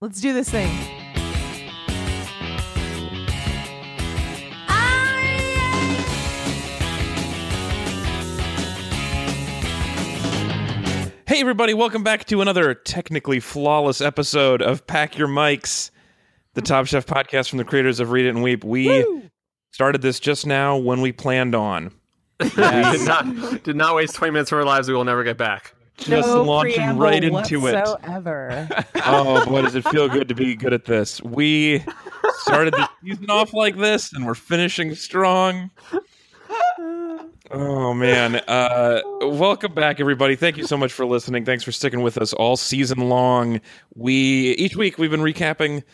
Let's do this thing. Hey, everybody, welcome back to another technically flawless episode of Pack Your Mics, the Top Chef podcast from the creators of Read It and Weep. We started this just now when we planned on. did not did not waste 20 minutes of our lives we will never get back Just launching right into it. whatsoever. oh boy, does it feel good to be good at this? We started the season off like this, and we're finishing strong. Oh man! Uh, welcome back, everybody. Thank you so much for listening. Thanks for sticking with us all season long. We each week we've been recapping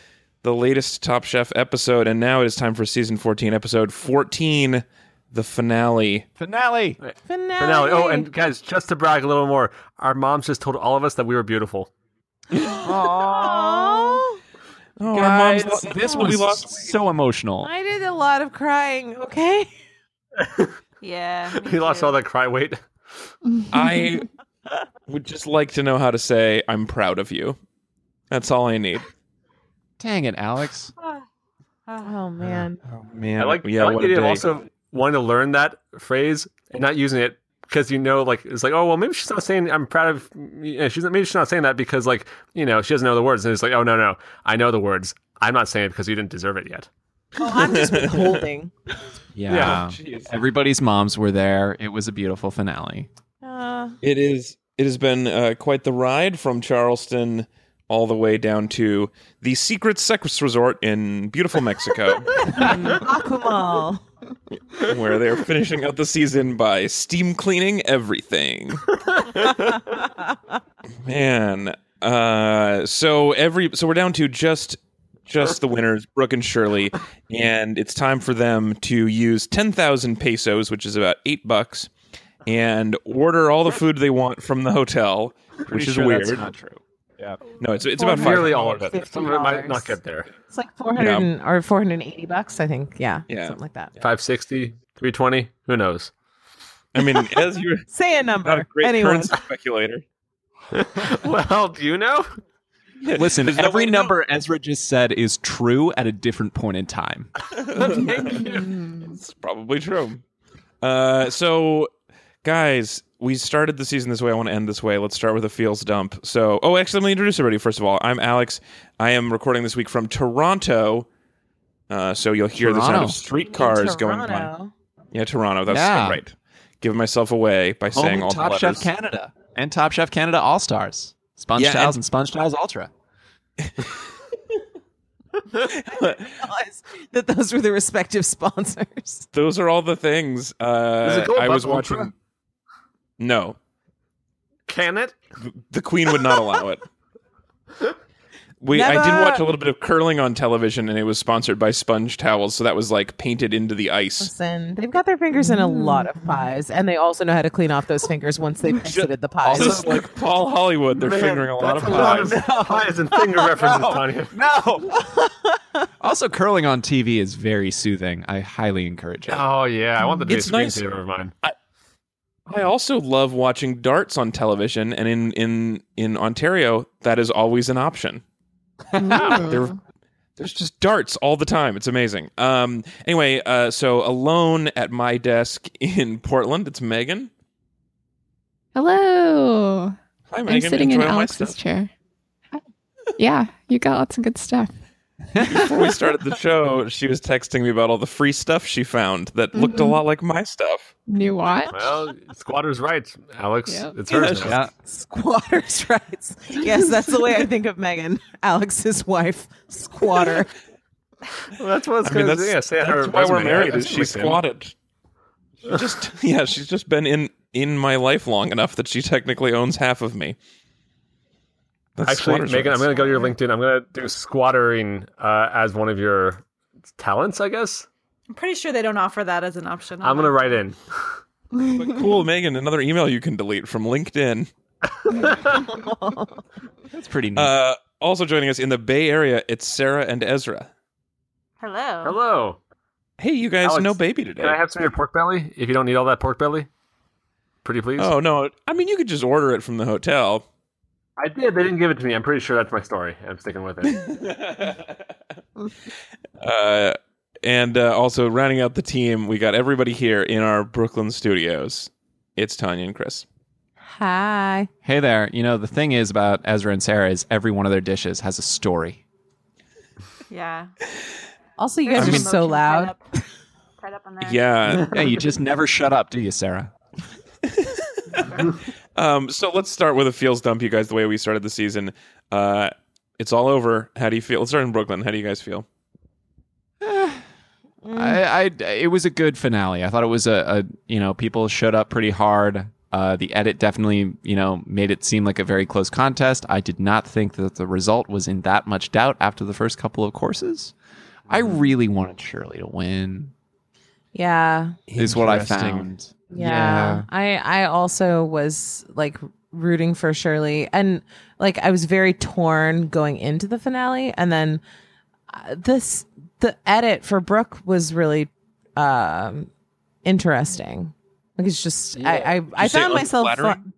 the latest Top Chef episode, and now it is time for season fourteen, episode fourteen, the finale. Finale. Finale. finale oh and guys just to brag a little more our moms just told all of us that we were beautiful Oh, Aw. Oh, Guys, lo- this we was lost- so emotional. I did a lot of crying. Okay. Yeah. me he lost too. all that cry weight I would just like to know how to say I'm proud of you. That's all I need. Dang it, Alex. Ah, Oh man. Oh man, i like yeah, i like what the a idea of day. also wanting to learn that phrase and not using it because you know like it's like oh well maybe she's not saying i'm proud of you know, she's not maybe she's not saying that because like you know she doesn't know the words and it's like oh no no i know the words i'm not saying it because you didn't deserve it yet Oh, I'm just withholding. Yeah. Oh, Yeah. Everybody's moms were there. It was a beautiful finale. Uh, it is. It has been uh, quite the ride from Charleston all the way down to the secret sex resort in beautiful Mexico, Akumal. where they're finishing out the season by steam cleaning everything. man, uh, so every so we're down to just just the winners, Brooke and Shirley, and it's time for them to use ten thousand pesos, which is about eight bucks, and order all the food they want from the hotel, which is weird. true. no, it's it's about five. nearly all of it some of it might not $50. get there It's like 400 and- or 480 bucks, I think. Yeah. Yeah. Something like that. 560 320 who knows I mean, as you're Say a not a number. great Anyone. currency speculator. well do you know Listen, There's no way every to know. number Ezra just said is true at a different point in time. Thank you. It's probably true. Uh, so, guys, we started the season this way. I want to end this way. Let's start with a feels dump. So, oh, actually, let me introduce everybody. First of all, I'm Alex. I am recording this week from Toronto. Uh, so you'll hear the sound Toronto. of streetcars going by. Toronto. Yeah, Toronto. That's Yeah. right. Giving myself away by Home saying of all Top the Chef letters. Canada and Top Chef Canada All Stars, Sponge Yeah, Tiles and- and, Sponge Tiles Ultra. realize that those were the respective sponsors. Those are all the things. Uh, it go I was above watching. Ultra? No, Can it? the queen would not allow it. We, I did Never. watch a little bit of curling on television, and it was sponsored by sponge towels, so that was like painted into the ice. Listen, they've got their fingers in a lot of pies, and they also know how to clean off those fingers once they've exited the pies. Also, like Paul Hollywood, they're fingering a lot of pies. pies and finger references, Tanya. No. also, curling on TV is very soothing. I highly encourage it. Oh yeah, I want the It's nice. screensaver of mine. I also love watching darts on television, and in in in Ontario, that is always an option. There, Mm-hmm. there's just darts all the time. It's amazing. Um. Anyway, uh, so alone at my desk in Portland, it's Megan. Hello. Hi, Megan. I'm sitting in Enjoy all my stuff. Alex's chair. Yeah, you got lots of good stuff. before we started the show, she was texting me about all the free stuff she found that looked Mm-hmm. a lot like my stuff. New watch. Well, squatter's rights, Alex. Yep. It's hers. now. Yeah. Squatters' rights. Yes, that's the way I think of Megan, Alex's wife, squatter. Well, that's what it's I mean, gonna- that's, yeah, say that's her why we're resume. married. That's Is she LinkedIn. squatted? She just yeah, she's just been in in my life long enough that she technically owns half of me. That's Actually, squatter's Megan, I'm rights. gonna go to your LinkedIn. I'm gonna do squattering uh, as one of your talents, I guess. I'm pretty sure they don't offer that as an option. I'm gonna write online. in. But cool, Megan. Another email you can delete from LinkedIn. That's pretty neat. Uh, also joining us in the Bay Area, it's Sarah and Ezra. Hello. Hello. Hey, you guys, Alex, no baby today. Can I have some of your pork belly? If you don't need all that pork belly, pretty please. oh no, I mean you could just order it from the hotel. I did. They didn't give it to me. I'm pretty sure that's my story. I'm sticking with it. uh, and uh, also rounding out the team, we got everybody here in our Brooklyn studios. It's Tanya and Chris. Hi. Hey there. You know, the thing is about Ezra and Sarah is every one of their dishes has a story. Yeah. Also, you There's guys some are so emotion loud. Tied up, tied up on that. Yeah. Yeah, you just never shut up, do you, Sarah? um, so let's start with a feels dump, you guys. The way we started the season, uh, it's all over. How do you feel? Let's start in Brooklyn. How do you guys feel? Mm. I, I it was a good finale. I thought it was a, a you know people showed up pretty hard. Uh, the edit definitely you know made it seem like a very close contest. I did not think that the result was in that much doubt after the first couple of courses. I really wanted Shirley to win. Yeah. Is what I Interesting. found. Yeah. I I also was like rooting for Shirley and like I was very torn going into the finale and then uh, this the edit for Brooke was really um interesting. Like it's just I I, I say found myself unflattering? fu-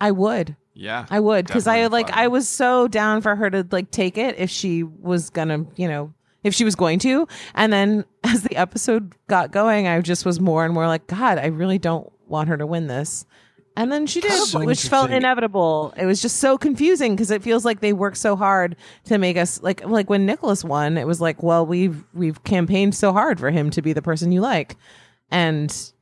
I would. Yeah. I would because I Definitely like I flattering. was so down for her to like take it if she was gonna you know if she was going to and then as the episode got going I just was more and more like God I really don't want her to win this and then she did So which felt interesting. inevitable it was just so confusing because it feels like they work so hard to make us like like when Nicholas won it was like well we've we've campaigned so hard for him to be the person you like and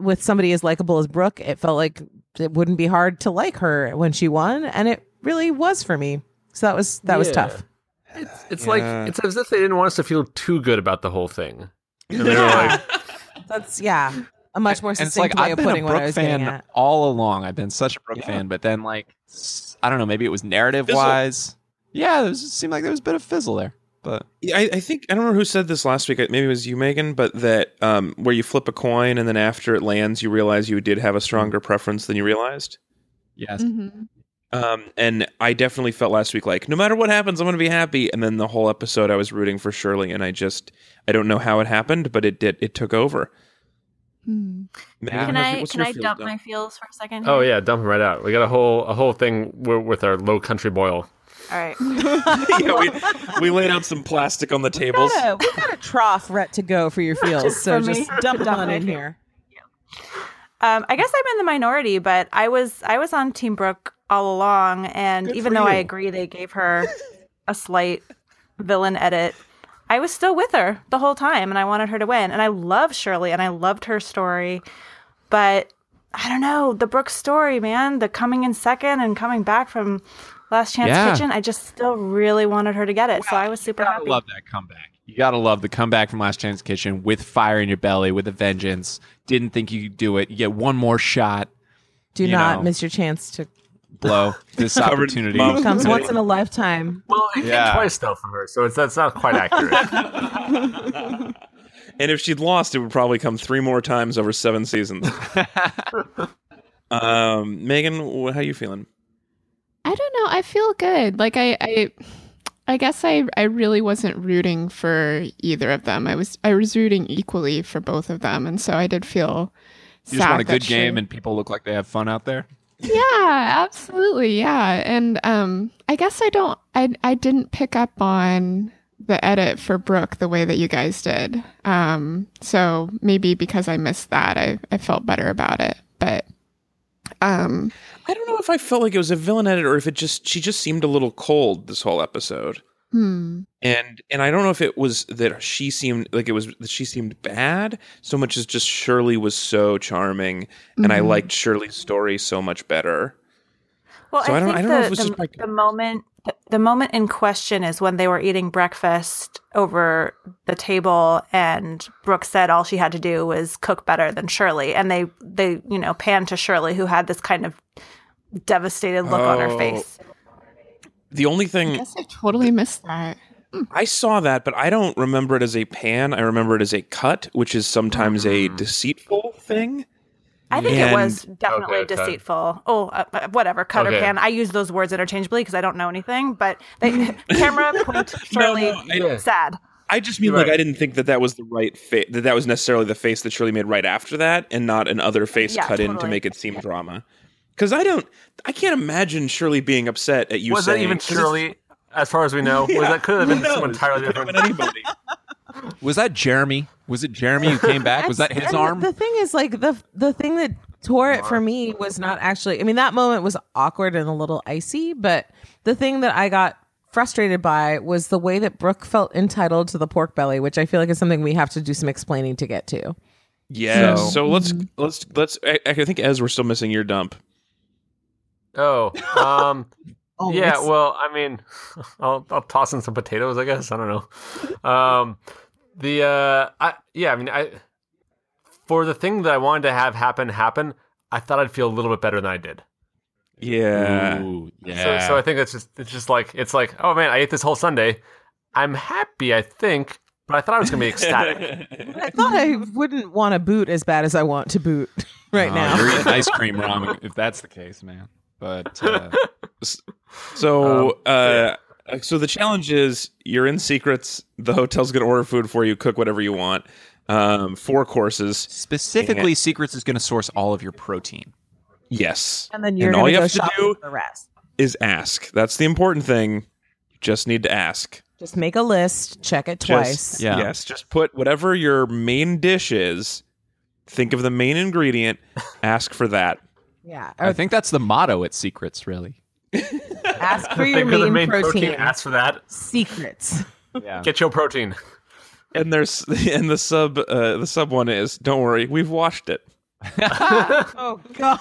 with somebody as likable as Brooke, it felt like it wouldn't be hard to like her when she won, and it really was for me. So that was that was Yeah. tough. It's, it's Yeah. like it's as if they didn't want us to feel too good about the whole thing. And they were Yeah. like, That's yeah, a much more And it's succinct like way of I've been a putting what I Brooke was getting fan at. all along. I've been such a Brooke Yeah. fan, but then like s- I don't know, maybe it was narrative Fizzle. wise. Yeah, it, was, it seemed like there was a bit of fizzle there, but Yeah, I, I think I don't remember who said this last week. Maybe it was you, Megan, but that um, where you flip a coin and then after it lands, you realize you did have a stronger preference than you realized. yes, Mm-hmm. Mhm. Um, and I definitely felt last week like no matter what happens, I'm going to be happy. And then the whole episode, I was rooting for Shirley, and I just I don't know how it happened, but it did. It took over. Hmm. Megan, how's Can your- I what's can your I feel dump dump? my feels for a second? "Oh here? yeah, dump them right out." We got a whole a whole thing wi- with our low country boil. All right. yeah, we, we laid out some plastic on the We tables. got, a, we got a trough rent to go for your feels, so for me. just dump it Dump on my in feels. here. Um, I guess I'm in the minority, but I was I was on Team Brooke all along, and even though I agree they gave her a slight villain edit, I was still with her the whole time, and I wanted her to win. And I love Shirley, and I loved her story, but I don't know the Brooke story, man. The coming in second and coming back from Last Chance Yeah. Kitchen, I just still really wanted her to get it, so I was super gotta happy. love that comeback. You gotta love the comeback from Last Chance Kitchen with fire in your belly, with a vengeance. Didn't think you could do it. You get one more shot, Do You not know. miss your chance to blow this Covered opportunity. mouth. comes once in a lifetime. Well, it Yeah. came twice though from her, so it's that's not quite accurate. And if she'd lost, it would probably come three more times over seven seasons. um, Megan, wh- how you feeling? I don't know. I feel good. Like I, I, I guess I, I really wasn't rooting for either of them. I was, I was rooting equally for both of them, and so I did feel. You just want a sad that good game, she- and people look like they have fun out there. yeah, absolutely. Yeah, and um, I guess I don't. I, I didn't pick up on the edit for Brooke the way that you guys did. Um, so maybe because I missed that, I, I felt better about it. But um, I don't know if I felt like it was a villain edit or if it just she just seemed a little cold this whole episode. hmm. And and I don't know if it was that she seemed like it was that she seemed bad so much as just Shirley was so charming and I Mm-hmm. Mhm. liked Shirley's story so much better. Well, So I, I don't- think I don't the, know if it was the, just my- the moment the, moment in question is when they were eating breakfast over the table, and Brooke said all she had to do was cook better than Shirley, and they they you know panned to Shirley who had this kind of devastated look on her Oh. face. The only I thing guess I totally missed that. I saw that, but I don't remember it as a pan. I remember it as a cut, which is sometimes a Mm. deceitful thing. I think And- it was definitely Okay, okay. deceitful. Oh, uh, uh, whatever, cut or Okay. pan. I use those words interchangeably because I don't know anything. But they camera point Shirley I- sad. I just mean You're like right. I didn't think that that was the right face that that was necessarily the face that Shirley made right after that, and not another face Yeah, cut in to totally. make it seem drama. because I don't, I can't imagine Shirley being upset at you. was saying, that even 'cause it's- Shirley? As far as we know, was that could have who been someone knows? entirely It could've different. been anybody. Was that Jeremy? Was it Jeremy who came back? Was that That's- his and arm? The thing is, like the the thing that tore it for me was not actually. I mean, that moment was awkward and a little icy, but the thing that I got frustrated by was the way that Brooke felt entitled to the pork belly, which I feel like is something we have to do some explaining to get to. Yeah. So- So, let's Mm-hmm. let's let's. I, I think Ez, we're still missing your dump. Oh, um, Oh, yeah. Well, I mean, I'll I'll toss in some potatoes, I guess. I don't know. Um, the uh, I yeah, I mean, I for the thing that I wanted to have happen happen, I thought I'd feel a little bit better than I did. Yeah. Ooh, So, so I think that's just it's just like it's like oh man, I ate this whole Sunday. I'm happy, I think, but I thought I was gonna be ecstatic. I thought I wouldn't want to boot as bad as I want to boot right Oh, now. You're eating ice cream ramen if that's the case, man. But uh, So Um, uh, so the challenge is you're in secrets. The hotel's gonna order food for you. Cook whatever you want. Um, four courses. specifically, Secrets is going to source all of your protein. Yes. and then you're and all gonna you go have to shopping do- for the rest. Is ask. That's the important thing. You just need to ask. Just make a list, check it twice. Just, Yeah. Yes. Just put whatever your main dish is. Think of the main ingredient. Ask for that. yeah. I Or think that's the motto at Secrets, really. ask for your Think of the main, main protein, Ask for that. secrets. Yeah. Get your protein. And there's and the sub uh, the sub one is don't worry we've washed it. oh God.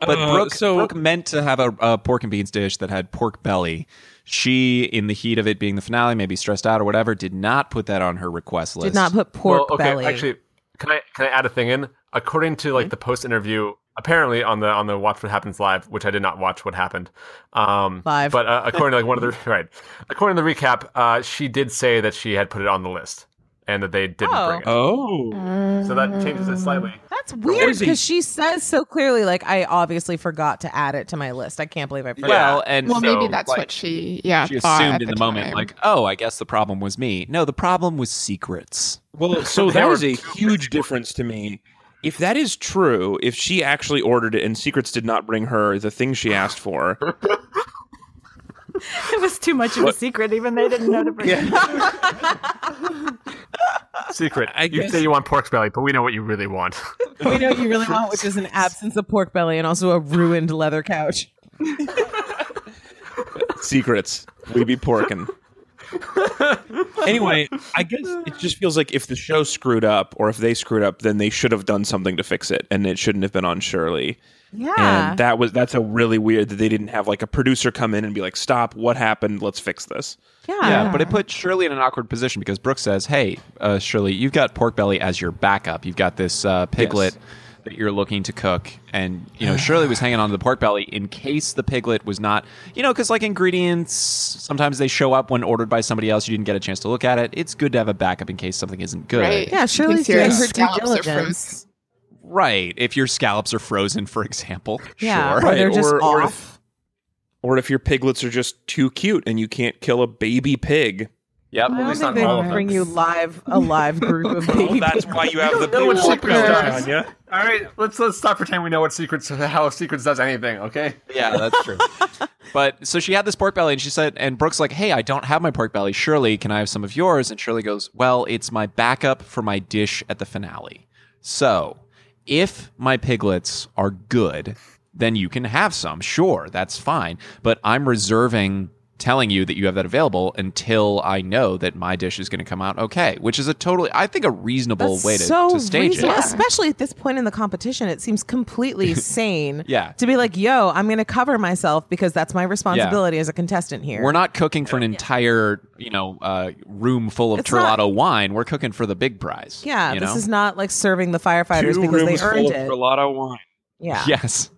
But Uh, Brooke, so- Brooke meant to have a, a pork and beans dish that had pork belly. She, in the heat of it being the finale, maybe stressed out or whatever, did not put that on her request list. Did not put pork well, okay, belly. Actually, can I can I add a thing in? According to like the post interview, apparently on the on the Watch What Happens live, which I did not watch. What happened? Um, Live. But uh, according to like one of the right, according to the recap, uh, she did say that she had put it on the list and that they didn't Oh. bring it. Oh. So that changes it slightly. That's weird Rosie. because she says so clearly, like, I obviously forgot to add it to my list. I can't believe I forgot. Well, and Well, maybe So, that's like, what she yeah she thought assumed at in the the moment, time. like, oh, I guess the problem was me. No, the problem was Secrets. Well, so There that was were a huge difference to me. If that is true, if she actually ordered it and Secrets did not bring her the thing she asked for, It was too much of a secret. Even they didn't know to bring it. Secret. I you guess- say you want pork belly, but we know what you really want. we know what you really want, which is an absence of pork belly and also a ruined leather couch. Secrets, we be porking. anyway, I guess it just feels like if the show screwed up or if they screwed up, then they should have done something to fix it, and it shouldn't have been on Shirley. Yeah. And that was that's a really weird that they didn't have like a producer come in and be like, "Stop! What happened? Let's fix this." yeah. Yeah, but it put Shirley in an awkward position because Brooke says, "Hey, uh, Shirley, you've got pork belly as your backup. You've got this uh, piglet that you're looking to cook, and you know Shirley was hanging on to the pork belly in case the piglet was not, you know, because like ingredients sometimes they show up when ordered by somebody else. You didn't get a chance to look at it. It's good to have a backup in case something isn't good. Right. Yeah, Shirley's You doing can see her her due scallops are diligence. frozen. Right. If your scallops are frozen, for example. Yeah, Sure. or they're just Or- or if- off. Or if your piglets are just too cute and you can't kill a baby pig, Yep. I don't least think not they all would of bring them. you live a live group of baby. Oh, that's why you have the don't know what pig- secret is. Tanya. All right, let's let's stop pretending we know what secrets how secrets does anything. Okay. Yeah, that's true. but so she had this pork belly, and she said, and Brooke's like, "Hey, I don't have my pork belly. Shirley, can I have some of yours?" And Shirley goes, "Well, it's my backup for my dish at the finale. So if my piglets are good, then you can have some. Sure, that's fine. But I'm reserving." Telling you that you have that available until I know that my dish is going to come out okay, which is a totally, I think, a reasonable That's way to, so to stage reasonable, it. especially at this point in the competition. It seems completely sane. Yeah. to be like, "Yo, I'm going to cover myself because that's my responsibility as a contestant here." We're not cooking for an entire, you know, uh, room full of It's Terlato not- wine. We're cooking for the big prize. yeah, you this know? is not like serving the firefighters Two because they rooms earned full of it. Perlotto wine. yeah, yes.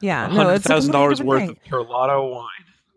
yeah. No, hundred it's a completely thousand dollars different worth thing. of Perlotto wine.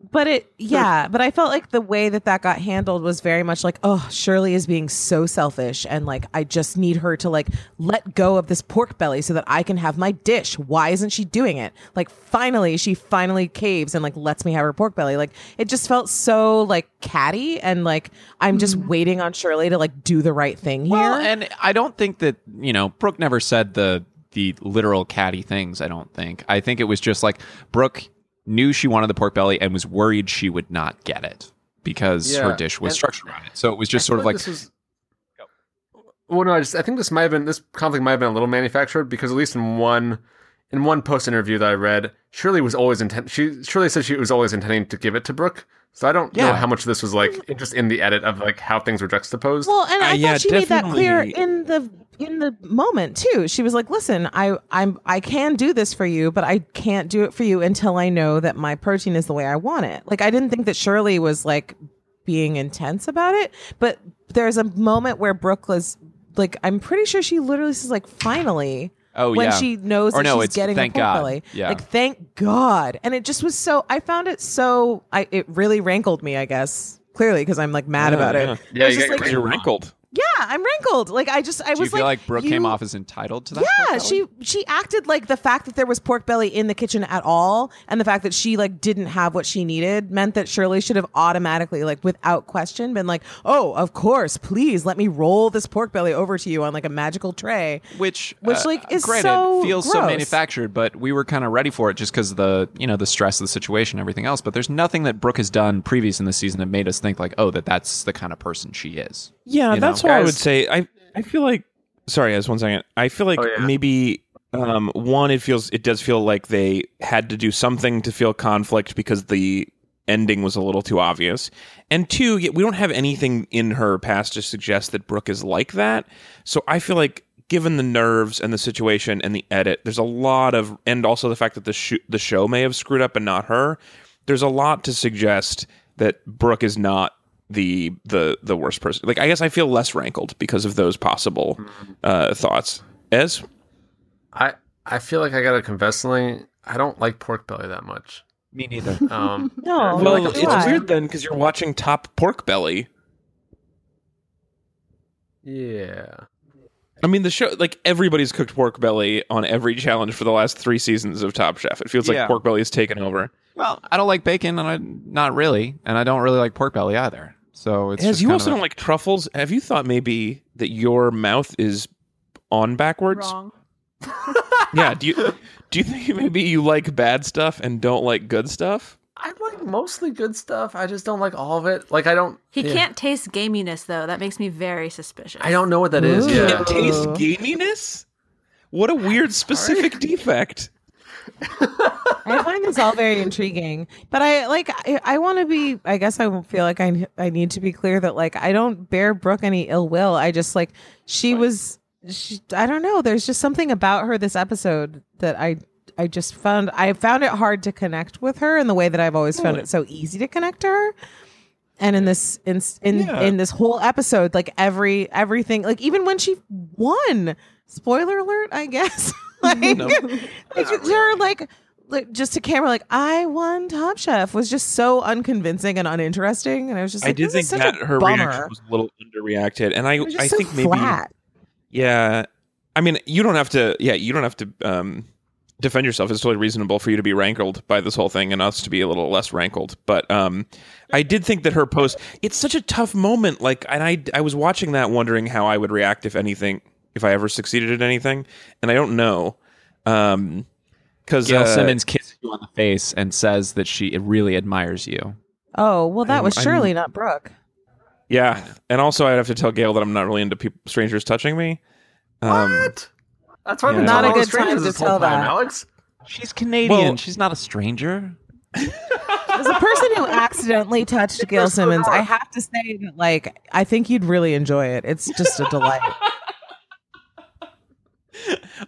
But it, yeah, but I felt like the way that that got handled was very much like, oh, Shirley is being so selfish, and like I just need her to like let go of this pork belly so that I can have my dish. Why isn't she doing it? Like finally, she finally caves and like lets me have her pork belly. Like it just felt so like catty, and like I'm just Mm. waiting on Shirley to like do the right thing here. Well, and I don't think that you know Brooke never said the the literal catty things, I don't think. I think it was just like Brooke knew she wanted the pork belly and was worried she would not get it because her Yeah. dish was And- structured around it. So it was just I sort of feel like this was- well, no, I just I think this might have been this conflict might have been a little manufactured because at least in one in one post interview that I read, Shirley was always intent. She Shirley said she was always intending to give it to Brooke. So I don't know Yeah. how much of this was like just in the edit of like how things were juxtaposed. Well, and I Uh, thought yeah, she made that clear definitely. in the in the moment too. She was like, "Listen, I I'm I can do this for you, but I can't do it for you until I know that my protein is the way I want it." Like I didn't think that Shirley was like being intense about it, but there's a moment where Brooke was like, "I'm pretty sure she literally says like, finally." Oh, when yeah. she knows Or that no, she's it's getting the thank pork God. belly. Yeah. Like thank God. And it just was so I found it so I it really rankled me, I guess. Clearly, because I'm like mad Yeah, about yeah. it. Yeah, It's just you got your like- You're wrinkled. yeah, I'm wrinkled. Like I just I do you was feel like, Brooke came you- off as entitled to that? pork Yeah, belly? she she acted like the fact that there was pork belly in the kitchen at all, and the fact that she like didn't have what she needed meant that Shirley should have automatically like without question been like, oh, of course, please let me roll this pork belly over to you on like a magical tray. which Which, uh, like, is granted, so feels so gross. manufactured but we were kind of ready for it just because the you know the stress of the situation and everything else but there's nothing that brooke has done previous in the season that made us think like oh that that's the kind of person she is Yeah, you that's what know? I Guys- would say. I I feel like sorry, as one second. I feel like Oh, yeah. maybe um one it feels it does feel like they had to do something to feel conflict because the ending was a little too obvious. And two, yeah, we don't have anything in her past to suggest that Brooke is like that. So I feel like given the nerves and the situation and the edit, there's a lot of and also the fact that the sh- the show may have screwed up and not her, there's a lot to suggest that Brooke is not the the the worst person. Like I guess I feel less rankled because of those possible uh, thoughts. Ez, I I feel like I gotta confess something. I don't like pork belly that much. me neither Um, No, I feel Well, like it's a lot- weird then because you're watching Top Pork Belly. Yeah. I mean, the show like everybody's cooked pork belly on every challenge for the last three seasons of Top Chef. It feels Yeah. like pork belly has taken over. well i don't like bacon and i not really and i don't really like pork belly either so it's Ez, just you kind also of don't like truffles. Have you thought maybe that your mouth is on backwards? Wrong. Yeah. Do you do you think maybe you like bad stuff and don't like good stuff? I like mostly good stuff. I just don't like all of it. Like I don't. He yeah. can't taste gaminess though. That makes me very suspicious. I don't know what that is. Ooh. Yeah. It tastes Ooh. gaminess. What a weird specific defect. I find this all very intriguing, but I like I, I want to be. I guess I feel like I I need to be clear that like I don't bear Brooke any ill will. I just like she was. She, I don't know. There's just something about her this episode that I I just found I found it hard to connect with her in the way that I've always found it so easy to connect to her. And in this in in, Yeah. in this whole episode, like every everything, like even when she won, spoiler alert, I guess. like, like her like like just to camera like I won Top Chef was just so unconvincing and uninteresting, and I was just I like, did this think is such that a her bummer. reaction was a little underreacted, and I It was just I so think maybe flat. yeah. I mean, you don't have to. Yeah, you don't have to um, defend yourself. It's totally reasonable for you to be rankled by this whole thing, and us to be a little less rankled. But um, I did think that her post. It's such a tough moment. Like, and I I was watching that, wondering how I would react if anything, if I ever succeeded at anything, and I don't know. Um, because gail simmons kisses you on the face and says that she really admires you Oh well, that I'm- was I'm- surely not Brooke. yeah, and also I'd have to tell Gail that I'm not really into peop strangers touching me. Um, What? That's why I've Yeah. been Not not a a good time strangers to this whole tell time, that. Alex. she's canadian she's not a stranger As a person who accidentally touched Gail Simmons, I have to say that like I think you'd really enjoy it. It's just a delight.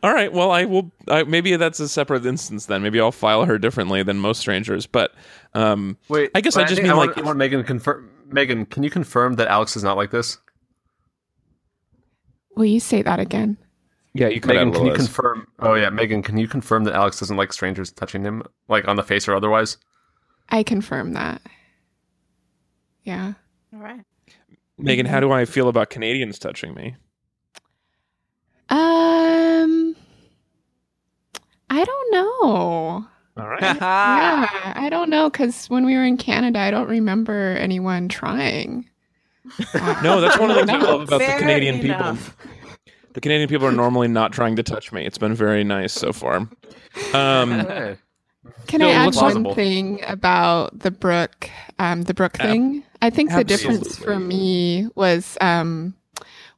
All right. Well, I will. I, maybe that's a separate instance then. Maybe I'll file her differently than most strangers. But um, Wait, I guess but I just think mean I like want, I want Megan confirm. Megan, can you confirm that Alex is not like this? Will you say that again? yeah. You cut Megan, out a can you little bit. confirm? Oh yeah, Megan, can you confirm that Alex doesn't like strangers touching him, like on the face or otherwise? I confirm that. Yeah. All right. Megan, how do I feel about Canadians touching me? Um I don't know. All right. yeah, I don't know cuz when we were in Canada, I don't remember anyone trying. Uh, No, that's one of the things I love about the Fair Canadian enough. people. The Canadian people are normally not trying to touch me. It's been very nice so far. Um, Hey. Can No, I it add looks one plausible. thing about the Brooke, um, the Brooke thing? I think the difference absolutely. for me was um,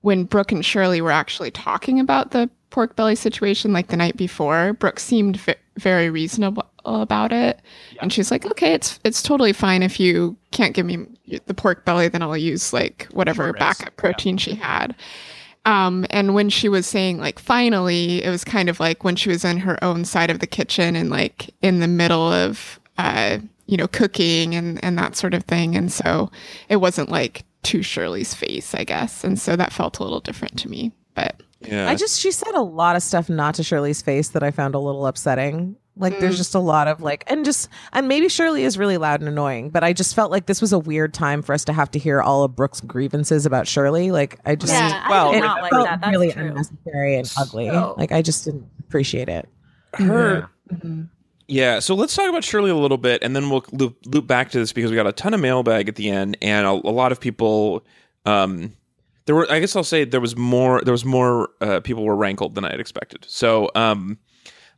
when Brooke and Shirley were actually talking about the pork belly situation, like the night before. Brooke seemed v- very reasonable about it, and she's like, "Okay, it's it's totally fine if you can't give me the pork belly, then I'll use like whatever Short ribs. backup protein she had." Um, and when she was saying like finally, it was kind of like when she was in her own side of the kitchen and like in the middle of uh, you know, cooking and and that sort of thing. And so it wasn't like to Shirley's face, I guess. And so that felt a little different to me. But yeah. I just she said a lot of stuff not to Shirley's face that I found a little upsetting. Like Mm. there's just a lot of like and just and maybe Shirley is really loud and annoying, but I just felt like this was a weird time for us to have to hear all of Brooke's grievances about Shirley. Like I just Yeah, Well, I did it not like felt that. That's really true. unnecessary and ugly. Like I just didn't appreciate it. her yeah so let's talk about shirley a little bit and then we'll loop, loop back to this because we got a ton of mailbag at the end and a, a lot of people um there were i guess i'll say there was more there was more uh, people were rankled than i had expected so um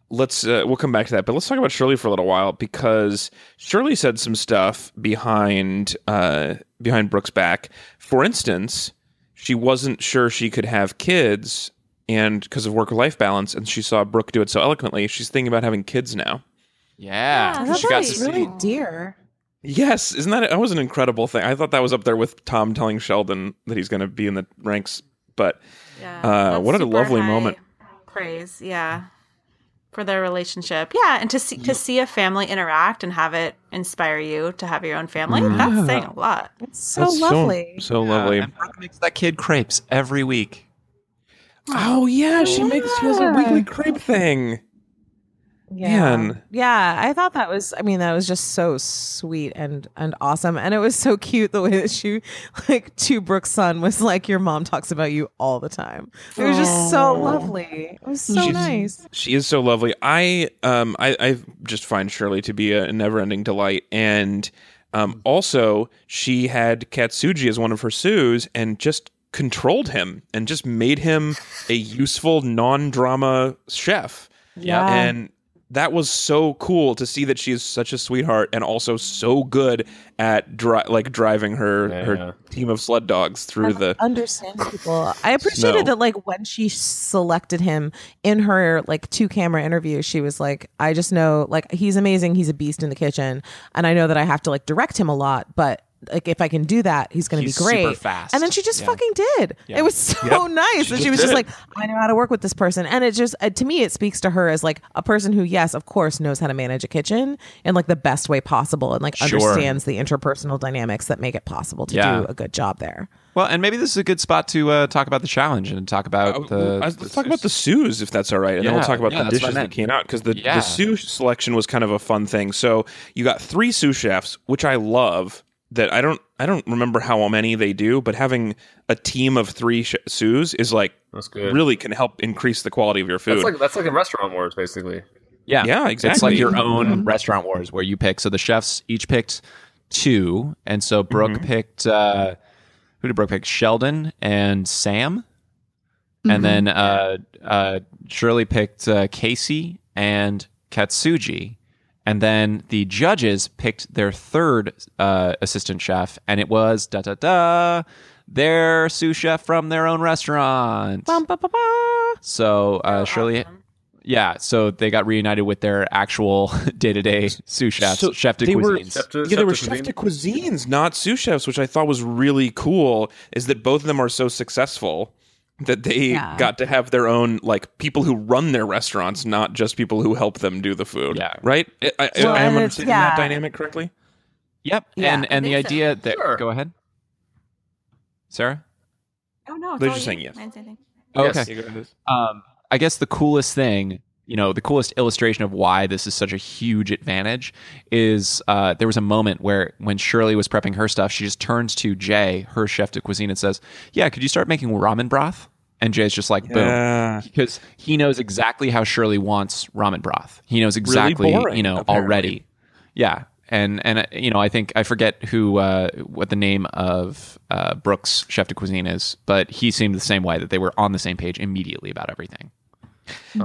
let's uh, we'll come back to that but let's talk about shirley for a little while because shirley said some stuff behind uh behind brooks back for instance she wasn't sure she could have kids and because of work life balance and she saw brooke do it so eloquently she's thinking about having kids now Yeah, Yeah, that's she got right. to see- really dear. yes isn't that that was an incredible thing i thought that was up there with tom telling sheldon that he's going to be in the ranks but Yeah, Uh, that's what a super lovely high moment. Praise, yeah, for their relationship. Yeah, and to see to see a family interact and have it inspire you to have your own family. That's saying a lot. It's so that's lovely. so, lovely And Brooke makes that kid crepes every week. oh yeah she makes she has a Yeah. weekly crepe thing Yeah. Man. Yeah, I thought that was I mean that was just so sweet and and awesome and it was so cute the way that she like to Brooke's son was like your mom talks about you all the time. It was just so lovely. It was so She's- nice. She is so lovely. I um I, I just find Shirley to be a never ending delight. And um also she had Katsuji as one of her Sues and just controlled him and just made him a useful non drama chef. Yeah. And that was so cool to see that she is such a sweetheart and also so good at dri- like driving her Yeah, her yeah. team of sled dogs through the understand people. I appreciated Snow. that like when she selected him in her like two camera interview, she was like, I just know like he's amazing, he's a beast in the kitchen, and I know that I have to like direct him a lot, but like if I can do that, he's gonna He's be great. super fast. And then she just Yeah. fucking did. Yeah. It was so nice. and she was just like, I know how to work with this person. And it just uh, to me it speaks to her as like a person who, yes, of course, knows how to manage a kitchen in like the best way possible and like Sure. understands the interpersonal dynamics that make it possible to Yeah. do a good job there. Well, and maybe this is a good spot to uh, talk about the challenge and talk about the. Uh, let's talk about the sous if that's all right, and then we'll Yeah, talk about yeah, the that's what I dishes that meant. came out because the Yeah. the sous selection was kind of a fun thing. So you got three sous chefs, which I love. That I don't I don't remember how many they do, but having a team of three sh- sous is like That's good. really can help increase the quality of your food. That's like that's like in restaurant wars, basically. Yeah, Yeah, It's exactly. like your own restaurant wars where you pick. So the chefs each picked two, and so Brooke picked uh, who did Brooke pick? Sheldon and Sam, and then uh, uh, Shirley picked uh, Casey and Katsuji, and then the judges picked their third uh, assistant chef, and it was da da da. Their sous chef from their own restaurant. Bum, ba, ba, ba. So uh, Shirley, yeah. So they got reunited with their actual day to day sous chefs, So chef de they were- cuisines. Chef to- yeah, they chef were to chef cuisine. de cuisines, not sous chefs, which I thought was really cool. Is that both of them are so successful that they Yeah. got to have their own like people who run their restaurants, not just people who help them do the food. Yeah. right. I, I, Well, I am and it's- understanding that yeah. dynamic correctly. yep. Yeah, and and the I think so. idea that Sure. go ahead, Sarah. Oh no, it's They're all just you. saying yes. Mine's anything. Oh, Yes. okay. um, I guess the coolest thing, you know, the coolest illustration of why this is such a huge advantage is uh, there was a moment where when Shirley was prepping her stuff, she just turns to Jay, her chef de cuisine, and says, "Yeah, could you start making ramen broth?" And Jay's just like, Yeah. "Boom," because he knows exactly how Shirley wants ramen broth. He knows exactly, boring, you know, apparently. already. Yeah. and and uh, you know I think I forget who uh, what the name of uh, Brooks chef de cuisine is, but he seemed the same way that they were on the same page immediately about everything.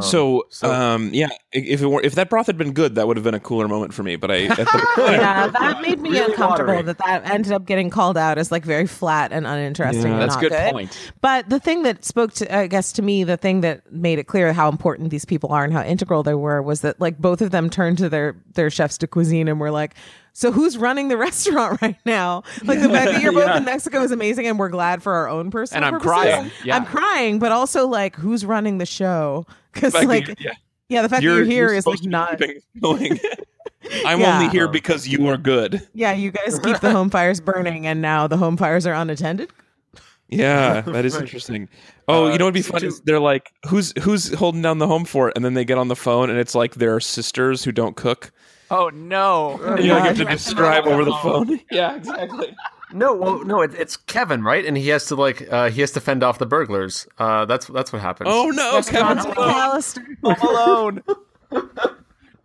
So, um, yeah, i- if it were, if that broth had been good, that would have been a cooler moment for me. But I, at the, Yeah, that made me Really uncomfortable watery. that that ended up getting called out as like very flat and uninteresting. and that's not good good, point. But the thing that spoke to, I guess, to me, the thing that made it clear how important these people are and how integral they were was that like both of them turned to their their chefs de cuisine and were like, "So who's running the restaurant right now?" Like the fact that you're both in Mexico is amazing, and we're glad for our own personal. And I'm purposes. crying. Yeah. I'm crying, but also like, who's running the show? Because fact that like, you're- yeah. yeah. the fact you're, that you're here you're is like supposed to be not. keeping going. I'm Yeah. only here Um, because you are good. Yeah, you guys keep the home fires burning, and now the home fires are unattended. Yeah, that is interesting. Oh, Uh, you know what'd be so fun do- is they're like, who's who's holding down the home fort, and then they get on the phone, and it's like their sisters who don't cook. Oh no! And you like, God. have to describe over the phone. Yeah, exactly. No, well, no, it, it's Kevin, right? And he has to like uh, he has to fend off the burglars. Uh, that's that's what happens. Oh no, Kevin's alone. Alistair. alone.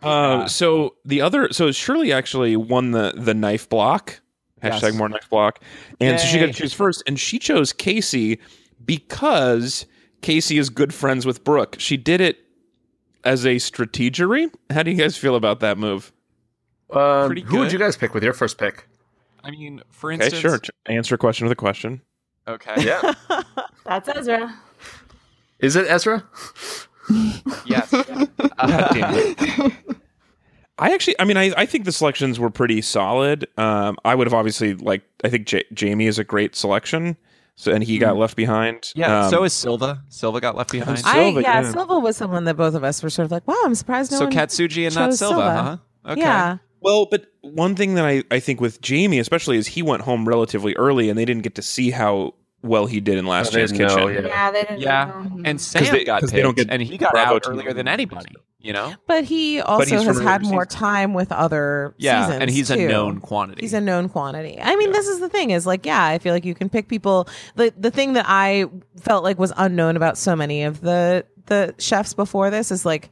Um, so the other, so Shirley actually won the the knife block. Hashtag Yes. more knife block, and so she got Yay. to choose first, and she chose Casey because Casey is good friends with Brooke. She did it as a strategery. How do you guys feel about that move? Um, Pretty who would good. you guys pick with your first pick? I mean, for Okay, instance, sure. Answer a question with a question. Okay, Yeah, That's Ezra. is it Ezra? yes. I actually, I mean, I, I think the selections were pretty solid. Um, I would have obviously like, I think J- Jamie is a great selection. So and he got left behind. Yeah. Um, so is Silva. Silva got left behind. so- I, Silva, yeah, yeah. Silva was someone that both of us were sort of like, wow, I'm surprised no so one. Katsuji and not chose Silva, Silva. huh? Okay. Yeah. Well, but one thing that I, I think with Jamie, especially, is he went home relatively early and they didn't get to see how well he did in Last Oh, they Chance didn't know, Kitchen. yeah. Yeah, they didn't. Yeah. know. And Sam they- got 'cause picked, they don't get and he got Bravo out to- earlier than anybody. You know. But he also he's has from had earlier more seasons. time with other Yeah, seasons. and he's too. a known quantity. He's a known quantity. I mean, this is the thing is like, yeah, I feel like you can pick people. The the thing that I felt like was unknown about so many of the the chefs before this is like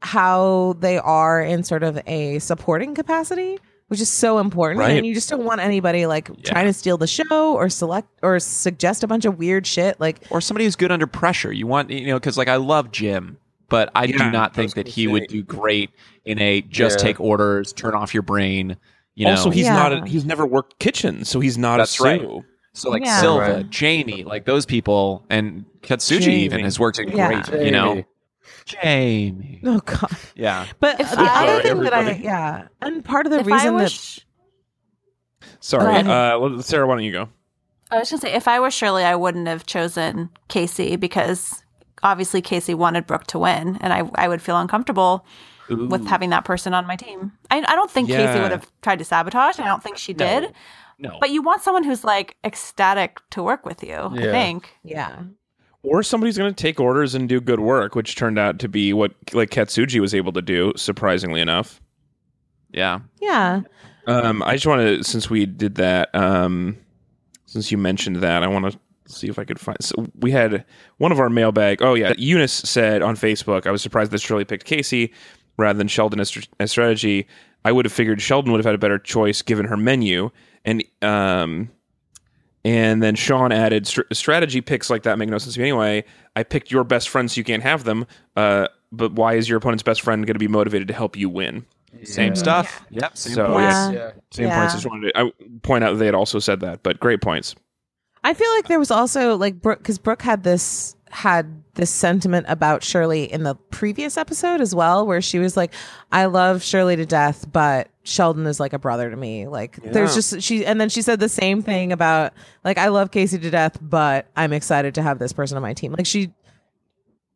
how they are in sort of a supporting capacity, which is so important. Right. And you just don't want anybody like trying to steal the show or select or suggest a bunch of weird shit. Like, or somebody who's good under pressure. You want you know because like I love Jim, but I Yeah, do not I think was that gonna he say. would do great in a just Yeah. take orders, turn off your brain. You know, Also, he's Yeah. not. A, he's never worked kitchen, so he's not That's a right. sous. so like Yeah. Silva, Right. Jamie, like those people, and Katsuji Jamie. even has worked in Yeah. great. You know, Jamie. Jamie. oh god. Yeah, But If the I- other thing that I Everybody. yeah, and part of the if I reason was, that Sh- Sorry, Oh, I- uh, well, Sarah. Why don't you go? I was gonna say, if I was Shirley, I wouldn't have chosen Casey because obviously Casey wanted Brooke to win, and I I would feel uncomfortable with having that person on my team. I I don't think Casey Yeah. would have tried to sabotage. I don't think she No. did. no, But you want someone who's like ecstatic to work with you. I Yeah. think. yeah. Or somebody's going to take orders and do good work, which turned out to be what like Katsuji was able to do, surprisingly enough. yeah. Yeah. Um, I just want to, since we did that, um, since you mentioned that, I want to see if I could find. So we had one of our mailbag. Oh yeah, Eunice said on Facebook, "I was surprised that Shirley picked Casey rather than Sheldon as, str- as strategy. I would have figured Sheldon would have had a better choice given her menu." And um, and then Sean added, "Str- "Strategy picks like that make no sense to me anyway. I picked your best friend so you can't have them. Uh, but why is your opponent's best friend going to be motivated to help you win?" Same stuff. Yep. Same So, point. yeah. Yeah. Same Yeah. points. I just wanted to I point out they had also said that, but great points. I feel like there was also like Brooke because Brooke had this had this sentiment about Shirley in the previous episode as well, where she was like, "I love Shirley to death, but Sheldon is like a brother to me." Like, there's just she, and then she said the same thing about like, "I love Casey to death, but I'm excited to have this person on my team." Like, she,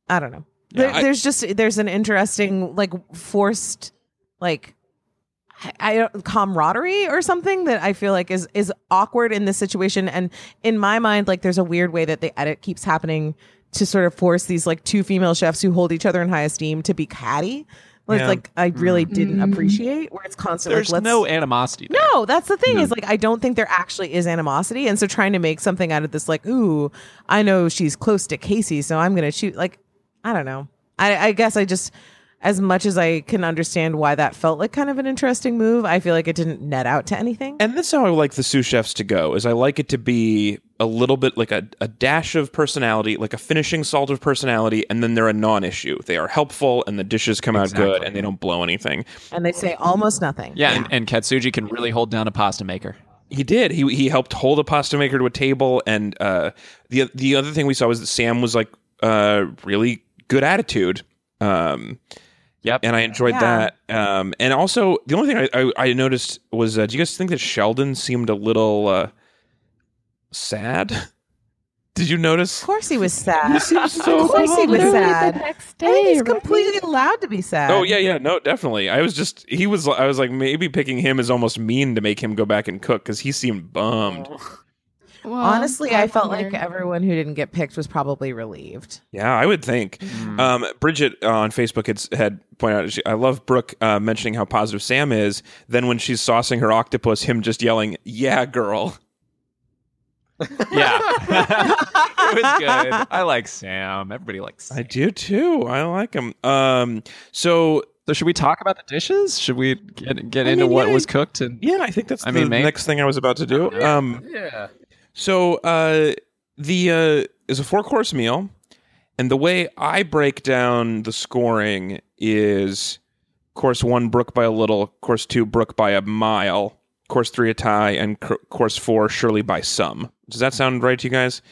I don't know. there, I- there's just there's an interesting like forced like I- I don't camaraderie or something that I feel like is is awkward in this situation. And in my mind, like there's a weird way that the edit keeps happening to sort of force these like two female chefs who hold each other in high esteem to be catty. Like, Yeah. like I really didn't Mm. appreciate where it's constantly There's like, let's no animosity. There. no, that's the thing is like I don't think there actually is animosity, and so trying to make something out of this like, ooh, I know she's close to Casey, so I'm gonna shoot. Like, I don't know. I, I guess I just as much as I can understand why that felt like kind of an interesting move, I feel like it didn't net out to anything. And that's how I like the sous chefs to go. Is I like it to be a little bit like a, a dash of personality, like a finishing salt of personality, and then they're a non-issue. They are helpful, and the dishes come out good, Exactly. and they don't blow anything. And they Mm-hmm. say almost nothing. Yeah, And, and Katsuji can really hold down a pasta maker. He did. He he helped hold a pasta maker to a table, and uh, the the other thing we saw was that Sam was like uh, really good attitude. Um, Yep. and I enjoyed Yeah. that. Um, and also the only thing I, I, I noticed was, uh, do you guys think that Sheldon seemed a little uh, sad? Did you notice? Of course he was sad. so Of course he was Literally sad. The next I think day, he's right? completely allowed to be sad. Oh yeah, yeah, no, definitely. I was just he was I was like maybe picking him is almost mean to make him go back and cook because he seemed bummed. Oh. Well, Honestly, I Oh, that's felt weird. like everyone who didn't get picked was probably relieved. Yeah, I would think. Mm. Um, Bridget uh, on Facebook had, had pointed out, she, I love Brooke uh, mentioning how positive Sam is. Then when she's saucing her octopus, him just yelling, "Yeah, girl." Yeah. it was good. I like Sam. Everybody likes Sam. I do too. I like him. Um, so So should we talk about the dishes? Should we get get I into mean, what yeah. was cooked and yeah, I think that's I the mean, mate. next thing I was about to do. Um, Yeah. so uh, the uh, is a four course meal, and the way I break down the scoring is course one Brook by a little, course two Brook by a mile, course three a tie, and cur- course four Shirley by some. Does that sound right to you guys?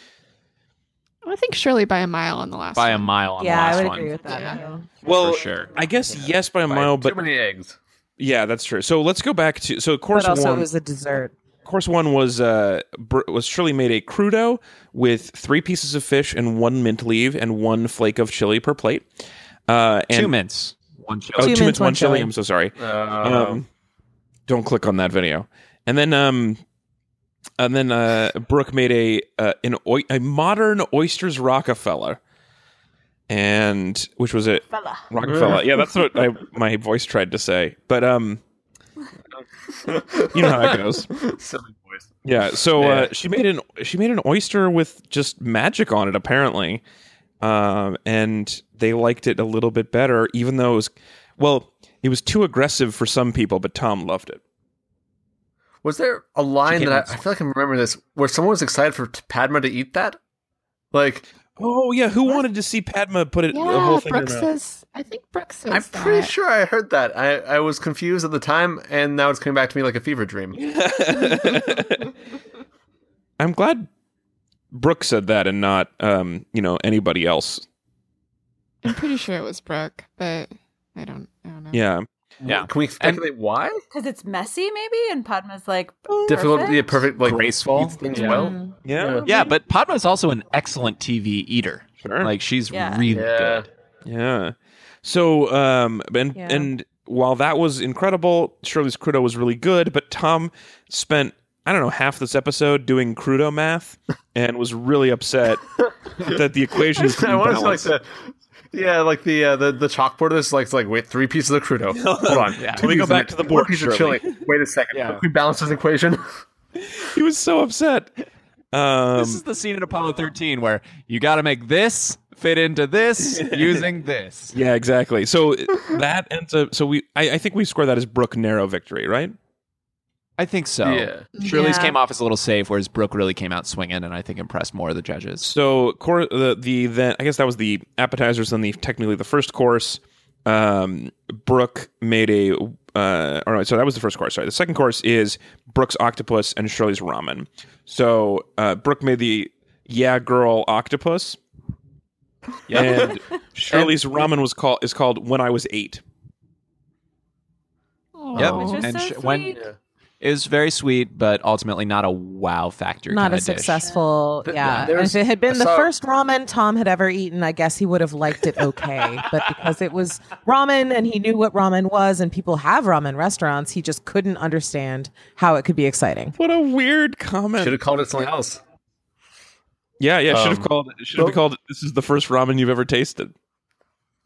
I think Shirley by a mile on the last. by a one. mile on yeah, the last I would one? agree with that. Yeah. Michael. Well, for sure. I guess yes by a mile, but too many eggs. yeah, that's true. So let's go back to so course But also, one. it was a dessert. course one was uh br- was Shirley made a crudo with three pieces of fish and one mint leaf and one flake of chili per plate. Uh, and Two mints. One Oh, chili. two Two mints, mints, one one chili. chili. I'm so sorry. Uh, Um, don't click on that video. And then um, and then uh, Brooke made a uh, an oy- a modern oysters Rockefeller, and which was a Fella. Rockefeller. Yeah, that's what I, my voice tried to say. But um, you know how it goes. silly voice. Yeah. So Yeah. Uh, she made an she made an oyster with just magic on it, apparently, um, and they liked it a little bit better, even though it was well, it was too aggressive for some people, but Tom loved it. Was there a line She that can't- I, I feel like I remember this where someone was excited for t- Padma to eat that? Like Oh yeah, who wanted to see Padma put it the whole Yeah, thing? in her Brooke mouth? says. I think Brooke says. I'm pretty that. sure I heard that. I, I was confused at the time, and now it's coming back to me like a fever dream. I'm glad Brooke said that and not um, you know anybody else. I'm pretty sure it was Brooke, but I don't. I don't know. Yeah. Yeah. Can we speculate why? Because it's messy, maybe? And Padma's like, Difficult. Yeah. Perfect. Like Graceful. eats things Yeah. well. Mm. Yeah. Yeah, but Padma's also an excellent TV eater. Sure. Like she's Yeah. really Yeah. good. Yeah. So um and Yeah. and while that was incredible, Shirley's crudo was really good, but Tom spent I don't know half this episode doing crudo math and was really upset that the equations I didn't want to like balance. the. Yeah, like the uh, the the chalkboard. This is like it's like wait, three pieces of crudo. Hold on, Yeah. two Let me go pieces of back it, to the one board, Piece of surely. chili. Wait a second. Yeah. Can we balance this equation? He was so upset. Um this is the scene in Apollo 13 where you got to make this fit into this using this. yeah, exactly. So that ends up. So we, I, I think we score that as Brooke narrow victory, right? I think so. Yeah. Shirley's Yeah. came off as a little safe, whereas Brooke really came out swinging, and I think impressed more of the judges. So cor- the the then I guess that was the appetizers and the technically the first course. Um, Brooke made a uh, or no, so that was the first course. Sorry, the second course is Brooke's octopus and Shirley's ramen. So uh, Brooke made the yeah girl octopus, and Shirley's ramen was called is called when I was eight. Yep. which was And so sh- sweet. when- It was very sweet, but ultimately not a wow factor. Not kinda a dish. successful, But yeah. there And was- if it had been I the saw- first ramen Tom had ever eaten, I guess he would have liked it okay. but because it was ramen and he knew what ramen was, and people have ramen restaurants, he just couldn't understand how it could be exciting. What a weird comment. Should have called it something else. yeah, yeah. Should have Um, called. Should have Brooke- called. This is the first ramen you've ever tasted.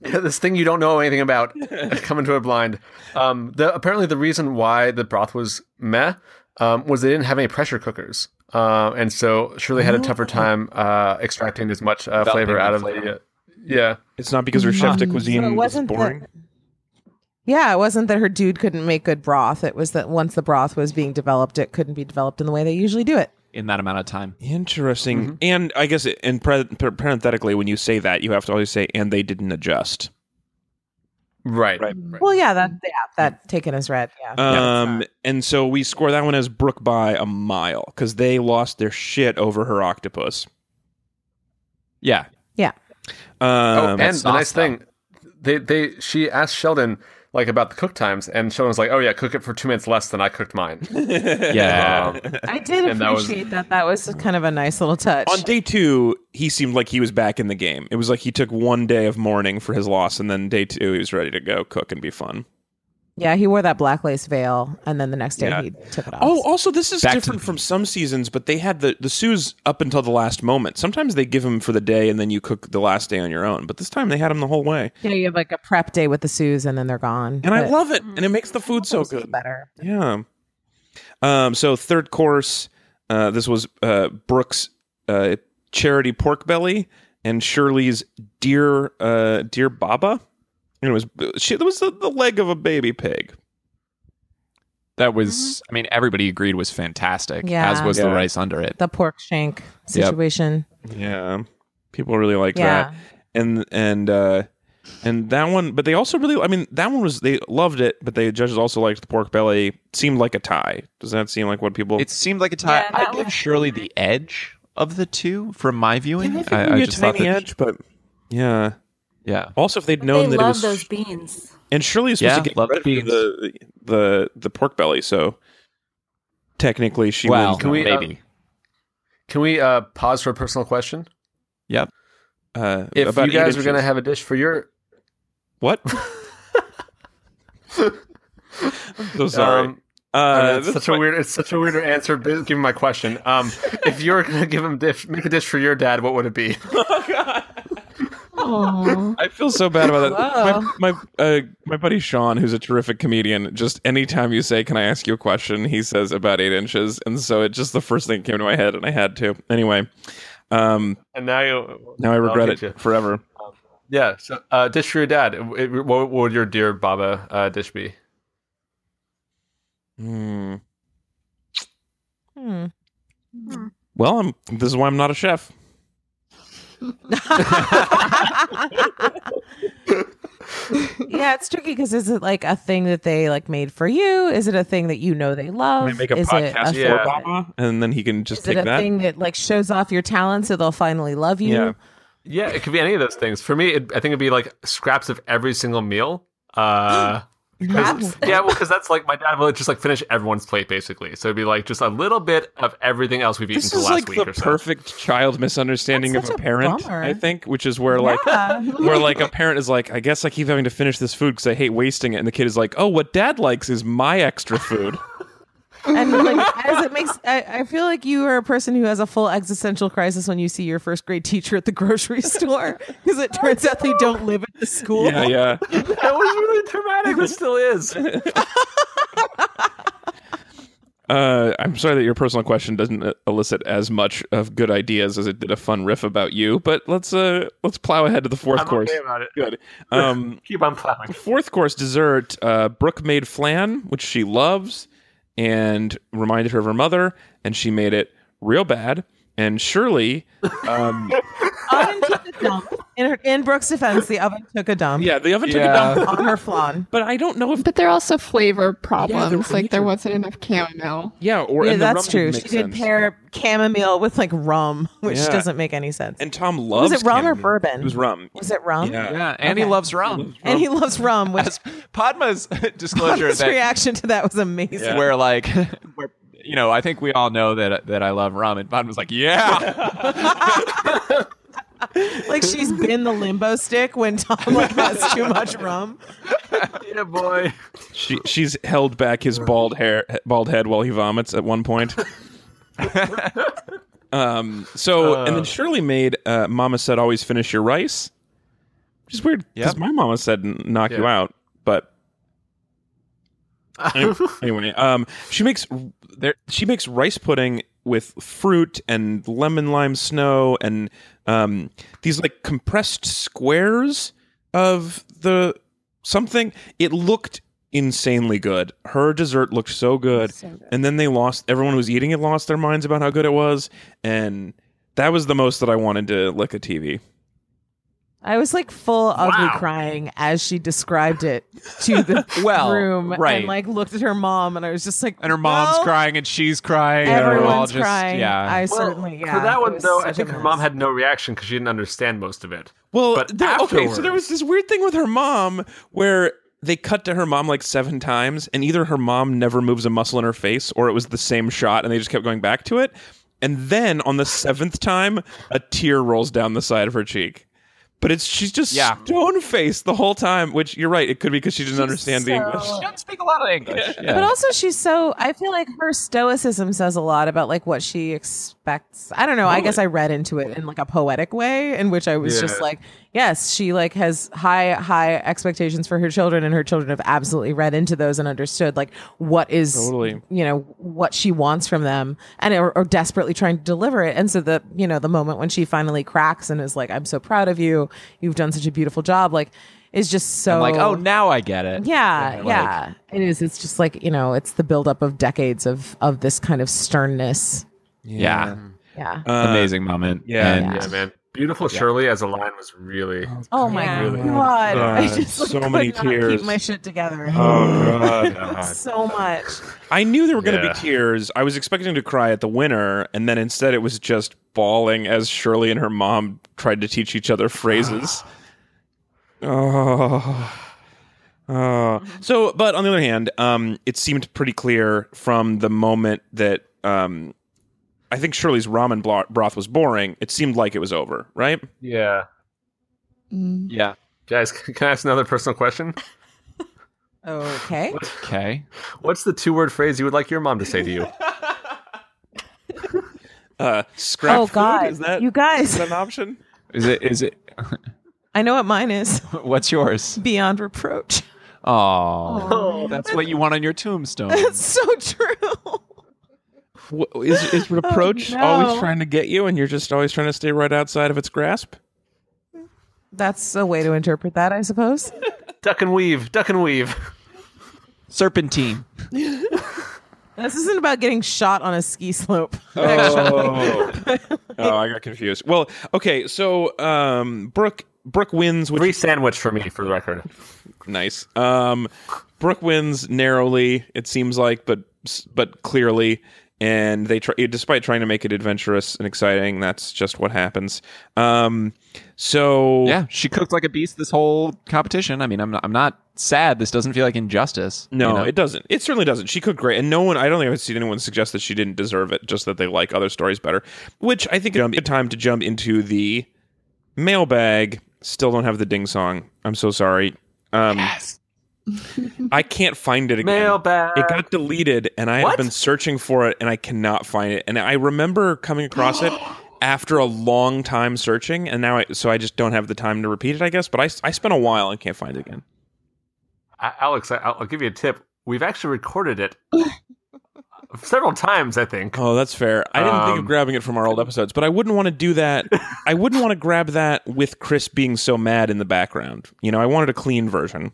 Yeah, this thing you don't know anything about coming to it blind. Um, the, apparently, the reason why the broth was meh um, was they didn't have any pressure cookers, uh, and so Shirley had a Oh. tougher time uh, extracting as much uh, Developing flavor the out of flavor. the. yeah, Um, It's not because her chef de cuisine So it was wasn't the- boring. Yeah, it wasn't that her dude couldn't make good broth. It was that once the broth was being developed, it couldn't be developed in the way they usually do it. in that amount of time. Interesting. And I guess, it, and pre- par- parenthetically, when you say that, you have to always say, and they didn't adjust. Right. Right. Well, yeah, that yeah, that taken as read. Yeah. Um, and so we score that one as Brooke by a mile because they lost their shit over her octopus. Yeah. Um, Oh, and that's the nice sauce, though. thing, they they she asked Sheldon like about the cook times, and Sheldon was like, "Oh yeah, cook it for two minutes less than I cooked mine." Yeah. Um, I did and that was- appreciate that. That was kind of a nice little touch. on day two, he seemed like he was back in the game. It was like he took one day of mourning for his loss, and then day two, he was ready to go cook and be fun. yeah, he wore that black lace veil, and then the next day Yeah. he took it off. Oh, also, this is Back to different the- from some seasons, but they had the the Sue's up until the last moment. Sometimes they give them for the day, and then you cook the last day on your own. But this time, they had them the whole way, yeah, you have like a prep day with the Sues, and then they're gone. and I But love it, and it makes the food so those are good. Better. Yeah. Um, so third course, uh, this was uh, Brooks' uh, charity pork belly and Shirley's dear uh, dear Baba. And it was she, it was the, the leg of a baby pig. That was, I mean, everybody agreed was fantastic, Mm-hmm. Yeah. as was the Yeah. rice under it. The pork shank Yep. situation. Yeah, people really liked Yeah. that. And and uh, and that one, but they also really, I mean, that one was they loved it, but the judges also liked the pork belly. Seemed like a tie. Does that seem like what people? It seemed like a tie. Yeah, I that give was- Shirley the edge of the two from my viewing. I, I Maybe a just thought tiny that, edge, but yeah. yeah, Also, if they'd But known they that it love was those beans. And Shirley is supposed Yeah, to get love credit for beans. the the the pork belly, so technically she well, wins. Can we, uh, maybe. Can we uh, pause for a personal question? yep. uh, If about you guys eight were going to inches. have a dish for your, what? I'm so sorry. um, I mean, uh, it's this such a weird, it's such a weird answer. but Given my question, um, if you were going to give him dish, make a dish for your dad, what would it be? Oh, I feel so bad about Whoa. that. My my, uh, my buddy Sean, who's a terrific comedian, just anytime you say, "Can I ask you a question?" he says about eight inches, and so it just the first thing that came to my head, and I had to anyway. Um, And now you, now I I'll regret it get you. forever. Yeah. So, uh, dish for your dad. It- it- what would your dear Baba uh, dish be? Hmm. Hmm. Well, I'm. This is why I'm not a chef. yeah, it's tricky because is it like a thing that they like made for you? Is it a thing that you know they love? Can I make a is podcast it a, for Yeah. Obama, and then he can just is it take a that. thing that like shows off your talent so they'll finally love you? Yeah. Yeah, it could be any of those things. For me, it, I think it'd be like scraps of every single meal. Uh, 'cause- yeah, well, because that's like my dad will just like finish everyone's plate basically. So it'd be like just a little bit of everything else we've eaten This for the is like last week the or so. perfect child misunderstanding That's of a such a parent, bummer. I think, which is where like where like a parent is like, I guess I keep having to finish this food because I hate wasting it, and the kid is like, Oh, what dad likes is my extra food. and like as it makes I, I feel like you are a person who has a full existential crisis when you see your first grade teacher at the grocery store because it turns out they don't live at the school yeah, yeah. that was really dramatic. This still is. Uh, I'm sorry that your personal question doesn't uh, elicit as much of good ideas as it did a fun riff about you, but let's uh let's plow ahead to the 4th I'm course. okay about it. Good. Um, Keep on plowing. Fourth course dessert, uh, Brooke made flan, which she loves, and reminded her of her mother, and she made it real bad. And Shirley, um, oven took a dump in, her, in brooke's defense the oven took a dump yeah, the oven took Yeah. it down. on her flan But I don't know if but there are also flavor problems. were like there major- wasn't enough chamomile. yeah, or yeah, and the that's rum true. didn't She make did sense. pair chamomile with like rum, which Yeah. doesn't make any sense. And Tom was loves it rum or chamomile. bourbon? It was rum. Was it rum? Yeah. Yeah, and he Okay. loves rum. And he loves rum, which As Padma's disclosure his that reaction to that was amazing. where like where, you know, I think we all know that that I love rum, and Padma's like, yeah, Like she's been the limbo stick when Tom like has too much rum. Yeah, boy. She she's held back his bald hair, bald head while he vomits at one point. um. So and then Shirley made uh, Mama said always finish your rice, which is weird because Yep. my mama said "N- knock you Yeah. out, but Any- anyway, um, she makes there she makes rice pudding with fruit and lemon lime snow and um these like compressed squares of the something it looked insanely good. Her dessert looked so good. So good. And then they lost everyone who was eating it lost their minds about how good it was. And that was the most that I wanted to lick a TV. I was like full ugly Wow. crying as she described it to the Well, room right. and like looked at her mom and I was just like And her mom's "Well, crying and she's crying. and we're all Everyone's just- crying. Yeah. I Well, certainly yeah. For that it one was though, I such a think her mess. mom had no reaction because she didn't understand most of it. Well, But there- okay, so afterward- there was this weird thing with her mom where they cut to her mom like seven times, and either her mom never moves a muscle in her face, or it was the same shot, and they just kept going back to it. And then on the seventh time, a tear rolls down the side of her cheek. But it's she's just Yeah. stone faced the whole time. Which you're right, it could be because she didn't understand the English. She doesn't speak a lot of English. Yeah. But also, she's so. I feel like her stoicism says a lot about like what she expects. I don't know. I guess I read into it in like a poetic way, in which I was just Yeah. like, yes, she like has high, high expectations for her children, and her children have absolutely read into those and understood like what is Totally. you know what she wants from them, and are, are desperately trying to deliver it. And so the you know the moment when she finally cracks and is like, I'm so proud of you. You've done such a beautiful job. Like. Is just so I'm like, oh, now I get it. yeah, like- yeah. It is. It's just like, you know, it's the buildup of decades of of this kind of sternness. Yeah. Yeah. Uh, Amazing moment. yeah. And Yeah. Yeah, man. Beautiful Shirley as a line was really oh my Yeah. god. I God, just like, so could many not tears. keep my shit together. Oh god. So much. I knew there were going to Yeah. be tears. I was expecting to cry at the winner, and then instead it was just bawling as Shirley and her mom tried to teach each other phrases. oh. Oh. So, but on the other hand, um, it seemed pretty clear from the moment that um, I think Shirley's ramen blo- broth was boring. It seemed like it was over, right? Yeah. Mm. yeah. Guys, can I ask another personal question? Okay. Okay. What's the two word phrase you would like your mom to say to you? Uh, scrap Oh food? god. Is that, you is guys. that an option? Is it? Is it? I know what mine is. What's yours? Beyond reproach. Oh, that's what you want on your tombstone. That's so true. Wh- Is, is reproach Oh, no. always trying to get you, and you're just always trying to stay right outside of its grasp? That's a way to interpret that, I suppose. duck and weave, duck and weave. Serpentine. This isn't about getting shot on a ski slope. Oh. oh, I got confused. Well, okay, so um, Brooke Brooke wins, which Free sandwich for me, for the record. nice. Um, Brooke wins narrowly, it seems like, but but clearly, and they try, despite trying to make it adventurous and exciting, that's just what happens. Um, so Yeah, she cooked like a beast this whole competition. I mean, I'm not, I'm not sad. This doesn't feel like injustice. No, you know? it doesn't. It certainly doesn't. She cooked great, and no one—I don't think I've seen anyone suggest that she didn't deserve it. Just that they like other stories better. Which I think it's time to jump into the mailbag. Still don't have the ding song. I'm so sorry. Um, yes. I can't find it again. Mailbag. It got deleted, and I have What? been searching for it, and I cannot find it. And I remember coming across it after a long time searching, and now I so I just don't have the time to repeat it. I guess, but I I spent a while and can't find it again. A- Alex, I- I'll I'll give you a tip. We've actually recorded it several times, I think. Oh, that's fair. I didn't think of Um, grabbing it from our old episodes, but I wouldn't want to do that. I wouldn't want to grab that with Chris being so mad in the background. You know, I wanted a clean version.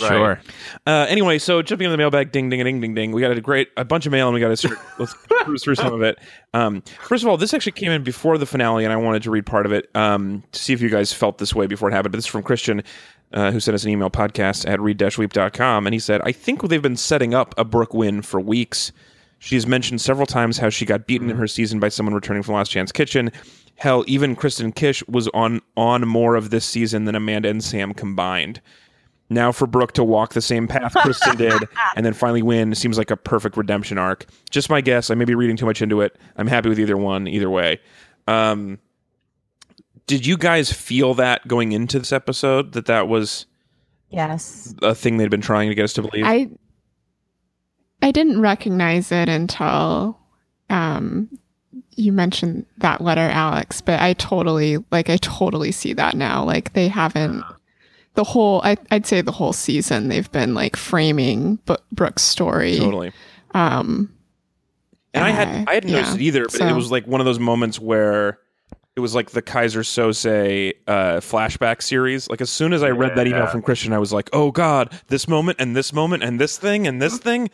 Right. Sure. Uh, anyway, so jumping in the mailbag, ding, ding, ding, ding, ding. We got a great, a bunch of mail, and we got to sort, let's cruise through some of it. Um, first of all, this actually came in before the finale, and I wanted to read part of it um, to see if you guys felt this way before it happened. But this is from Christian, uh, who sent us an email podcast at read-weep.com, and he said, "I think they've been setting up a Brooke win for weeks. She has mentioned several times how she got beaten in her season by someone returning from Last Chance Kitchen. Hell, even Kristen Kish was on on more of this season than Amanda and Sam combined." Now for Brooke to walk the same path Kristen did and then finally win seems like a perfect redemption arc. Just my guess. I may be reading too much into it. I'm happy with either one, either way. Um, did you guys feel that going into this episode that that was yes. a thing they'd been trying to get us to believe? I I didn't recognize it until um, you mentioned that letter, Alex. But I totally like I totally see that now. Like they haven't the whole I, I'd say the whole season they've been like framing Bo- Brooke's story. totally. Um, And I Uh, had I hadn't yeah. noticed it either, but it So- was like one of those moments where it was like the Kaiser Sose uh, flashback series. Like as soon as I read that email Yeah. from Christian, I was like, "Oh God, this moment and this moment and this thing and this thing."